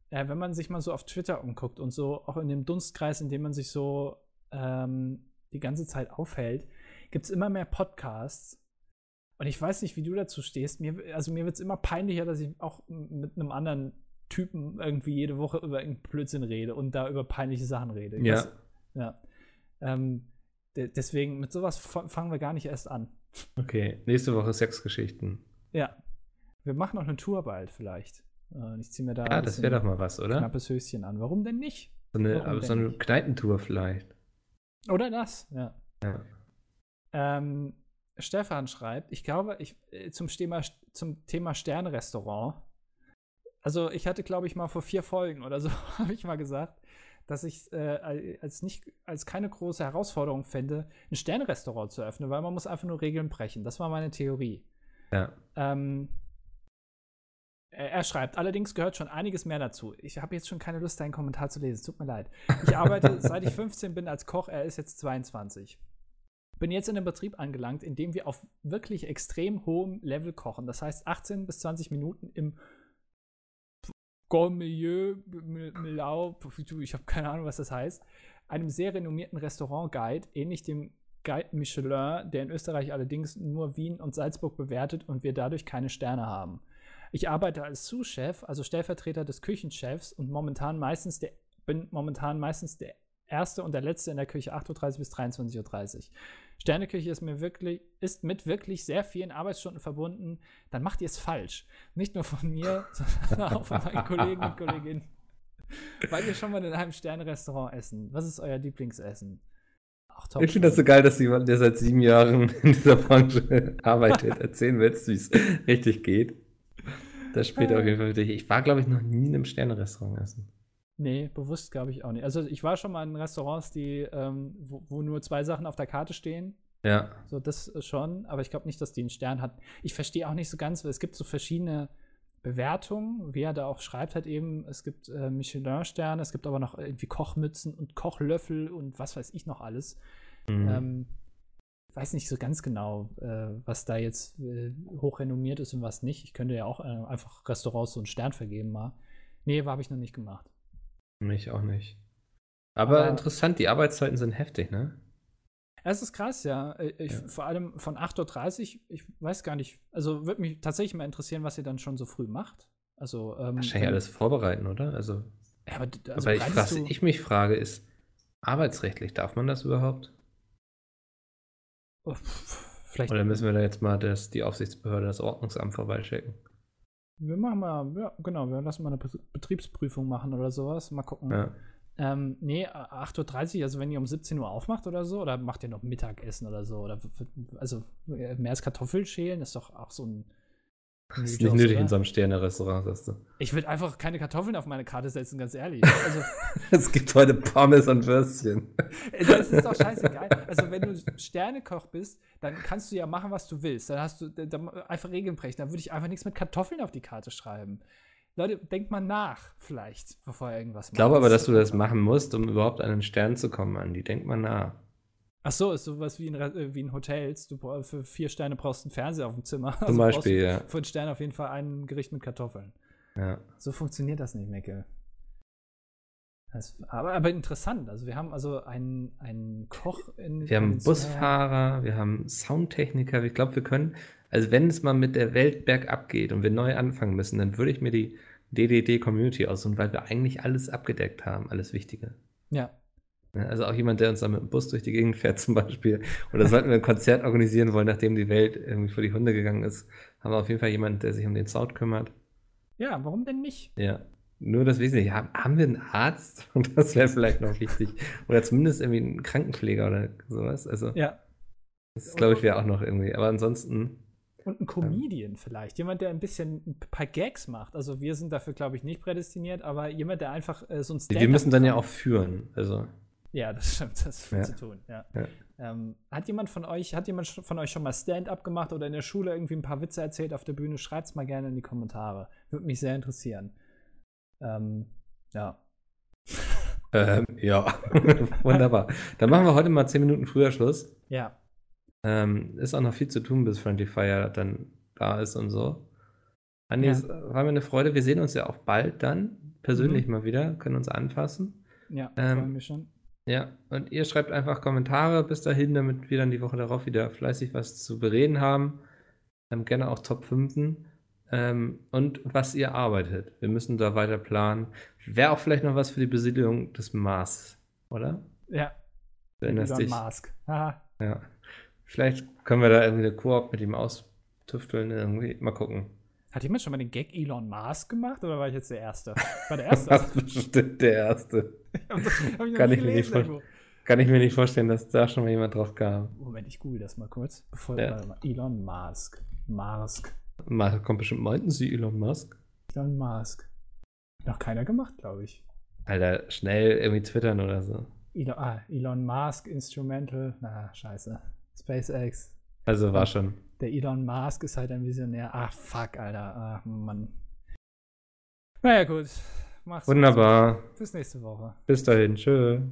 Äh, wenn man sich mal so auf Twitter umguckt und so auch in dem Dunstkreis, in dem man sich so ähm, die ganze Zeit aufhält, gibt es immer mehr Podcasts. Und ich weiß nicht, wie du dazu stehst. Mir, also mir wird es immer peinlicher, dass ich auch m- mit einem anderen Typen irgendwie jede Woche über irgendeinen Blödsinn rede und da über peinliche Sachen rede. Ich weiß- ja. Ähm, de deswegen, mit sowas fa- fangen wir gar nicht erst an.
Okay, nächste Woche Sexgeschichten.
Ja. Wir machen auch eine Tour bald vielleicht. Äh, ich ziehe mir da
Ja, Ah, das wäre doch mal was,
ein
oder?
knappes Höschen an. Warum denn nicht?
So eine,
Warum
aber so
denn
eine
nicht?
Kneipentour vielleicht.
Oder das, ja.
Ja.
Ähm, Stefan schreibt, ich glaube, ich, äh, zum, Thema, zum Thema Sternrestaurant. Also ich hatte, glaube ich, mal vor vier Folgen oder so, habe ich mal gesagt, dass ich äh, als nicht als keine große Herausforderung fände, ein Sternrestaurant zu öffnen, weil man muss einfach nur Regeln brechen. Das war meine Theorie.
Ja.
Ähm, er er schreibt, allerdings gehört schon einiges mehr dazu. Ich habe jetzt schon keine Lust, deinen Kommentar zu lesen. Tut mir leid. Ich arbeite seit ich 15 bin als Koch, er ist jetzt 22. Bin jetzt in einem Betrieb angelangt, in dem wir auf wirklich extrem hohem Level kochen. Das heißt 18 bis 20 Minuten im Grand Milieu, Mil- Milau, ich habe keine Ahnung, was das heißt, einem sehr renommierten Restaurant-Guide, ähnlich dem Guide Michelin, der in Österreich allerdings nur Wien und Salzburg bewertet und wir dadurch keine Sterne haben. Ich arbeite als Sous-Chef, also Stellvertreter des Küchenchefs und momentan meistens der, bin momentan meistens der Erste und der Letzte in der Küche, 8.30 Uhr bis 23.30 Uhr. Sterneküche ist, mir wirklich, ist mit wirklich sehr vielen Arbeitsstunden verbunden. Dann macht ihr es falsch. Nicht nur von mir, sondern auch von meinen Kollegen und Kolleginnen. Weil wir schon mal in einem Sternrestaurant essen. Was ist euer Lieblingsessen? Ach, top.
Ich finde das so geil, dass jemand, der seit sieben Jahren in dieser Branche arbeitet, erzählen willst, wie es richtig geht. Das spielt auf jeden Fall für dich. Ich war, glaube ich, noch nie in einem Sterne-Restaurant essen.
Nee, bewusst glaube ich auch nicht. Also ich war schon mal in Restaurants, die, ähm, wo, wo nur zwei Sachen auf der Karte stehen.
Ja.
So, das schon, aber ich glaube nicht, dass die einen Stern hat. Ich verstehe auch nicht so ganz, weil es gibt so verschiedene Bewertungen, wie er da auch schreibt, halt eben, es gibt äh, Michelin-Sterne, es gibt aber noch irgendwie Kochmützen und Kochlöffel und was weiß ich noch alles.
Mhm.
Ähm, weiß nicht so ganz genau, äh, was da jetzt äh, hochrenommiert ist und was nicht. Ich könnte ja auch äh, einfach Restaurants so einen Stern vergeben mal. Nee, habe ich noch nicht gemacht.
Mich auch nicht. Aber,
Aber-
interessant, die Arbeitszeiten sind heftig, ne?
Es ist krass, ja. Äh, Ich,
Ja.
Vor allem von 8.30 Uhr, ich weiß gar nicht, also würde mich tatsächlich mal interessieren, was ihr dann schon so früh macht. Also, ähm,
Wahrscheinlich alles vorbereiten, oder? Also,
Ja, aber, d- also
aber ich,
bereitest
frage,
du,
ich mich frage, ist arbeitsrechtlich, darf man das überhaupt?
Oh, pff, vielleicht,
Oder müssen wir da jetzt mal das, die Aufsichtsbehörde, das Ordnungsamt vorbeischicken?
wir machen mal, ja, genau, wir lassen mal eine Bet- Betriebsprüfung machen oder sowas, mal gucken.
Ja.
Ähm, nee, 8.30 Uhr, also wenn ihr um 17 Uhr aufmacht oder so, oder macht ihr noch Mittagessen oder so, oder, w- w- also äh, mehr als Kartoffeln schälen, ist doch auch so ein
Ist
Mythos,
nicht nötig
oder?
in so einem Sterne-Restaurant, sagst du.
Ich würde einfach keine Kartoffeln auf meine Karte setzen, ganz ehrlich. Also,
Es gibt heute Pommes und Würstchen.
äh, Das ist doch scheißegal. Also, wenn du Sternekoch bist, dann kannst du ja machen, was du willst. Dann hast du dann einfach Regeln brechen. Dann würde ich einfach nichts mit Kartoffeln auf die Karte schreiben. Leute, denkt mal nach, vielleicht, bevor ihr irgendwas macht.
Ich glaube aber, dass
Das ist
du das machen musst, um überhaupt an einen Stern zu kommen, Andi. Denk mal nach.
Ach so, ist sowas wie in, Re- äh, wie in Hotels. Du brauch- für vier Sterne brauchst einen Fernseher auf dem Zimmer. Also
Zum
brauchst
Beispiel, ja.
du Für einen Stern auf jeden Fall ein Gericht mit Kartoffeln.
ja.
So funktioniert das nicht, Meckel. Das, aber, aber interessant. Also, wir haben also einen, einen Koch in.
Wir haben einen
Busfahrer.
Busfahrer, wir haben Soundtechniker. Ich glaube, wir können, also wenn es mal mit der Welt bergab geht und wir neu anfangen müssen, dann würde ich mir die DDD-Community aussuchen, weil wir eigentlich alles abgedeckt haben, alles Wichtige.
Ja.
Ja, Also auch jemand, der uns dann mit dem Bus durch die Gegend fährt zum Beispiel. Oder sollten wir ein Konzert organisieren wollen, nachdem die Welt irgendwie vor die Hunde gegangen ist, haben wir auf jeden Fall jemanden, der sich um den Sound kümmert.
Ja, warum denn nicht?
Ja. Nur das Wesentliche. Haben, haben wir einen Arzt? Und das wäre vielleicht noch wichtig. Oder zumindest irgendwie einen Krankenpfleger oder sowas. Also
Ja.
das glaube ich wäre auch noch irgendwie. Aber ansonsten,
Und ein
Ähm.
Comedian vielleicht. Jemand, der ein bisschen ein paar Gags macht. Also wir sind dafür, glaube ich, nicht prädestiniert, aber jemand, der einfach äh, so ein
wir
Stand-up
müssen dann ja
kann.
auch führen. Also
Ja, das stimmt, das ist viel
Ja.
zu tun, ja.
Ja.
Ähm, hat jemand von euch, hat jemand sch- von euch schon mal Stand-up gemacht oder in der Schule irgendwie ein paar Witze erzählt auf der Bühne? Schreibt's mal gerne in die Kommentare. Würde mich sehr interessieren. Ähm, ja.
ähm, ja, wunderbar. Dann machen wir heute mal 10 Minuten früher Schluss.
Ja.
Ähm, ist auch noch viel zu tun, bis Friendly Fire dann da ist und so. Andi,
Ja.
es war mir eine Freude. Wir sehen uns ja auch bald dann,
Mhm.
persönlich mal wieder, können uns anfassen.
Ja,
Ähm,
freuen wir schon.
Ja, und ihr schreibt einfach Kommentare bis dahin, damit wir dann die Woche darauf wieder fleißig was zu bereden haben. Ähm, gerne auch Top 5. Ähm, und was ihr arbeitet. Wir müssen da weiter planen. Wäre auch vielleicht noch was für die Besiedelung des Mars, oder?
Ja,
Du erinnerst
Elon
dich.
Musk. Haha.
Ja. Vielleicht können wir da irgendwie eine Koop mit ihm austüfteln, irgendwie. Mal gucken.
Hat jemand schon mal den Gag Elon Musk gemacht oder war ich jetzt der Erste? Ich War der
Das
Erste.
ist bestimmt der Erste.
Hab ich noch
Kann
nie
ich mir nicht
gelesen irgendwo.
Kann ich mir nicht vorstellen, dass da schon mal jemand drauf kam.
Moment, ich google das mal kurz. Bevor
Ja.
warte mal. Elon Musk. Musk.
Mal kommt bestimmt, meinten Sie Elon Musk?
Elon Musk. Noch keiner gemacht, glaube ich.
Alter, schnell irgendwie twittern oder so.
Elon, ah, Elon Musk Instrumental. Na, scheiße. SpaceX.
Also war schon.
Der Elon Musk ist halt ein Visionär. Ach, fuck, Alter. Ach, Mann. Naja, gut. Mach's gut.
Wunderbar.
Bis nächste Woche.
Bis dahin. Tschö.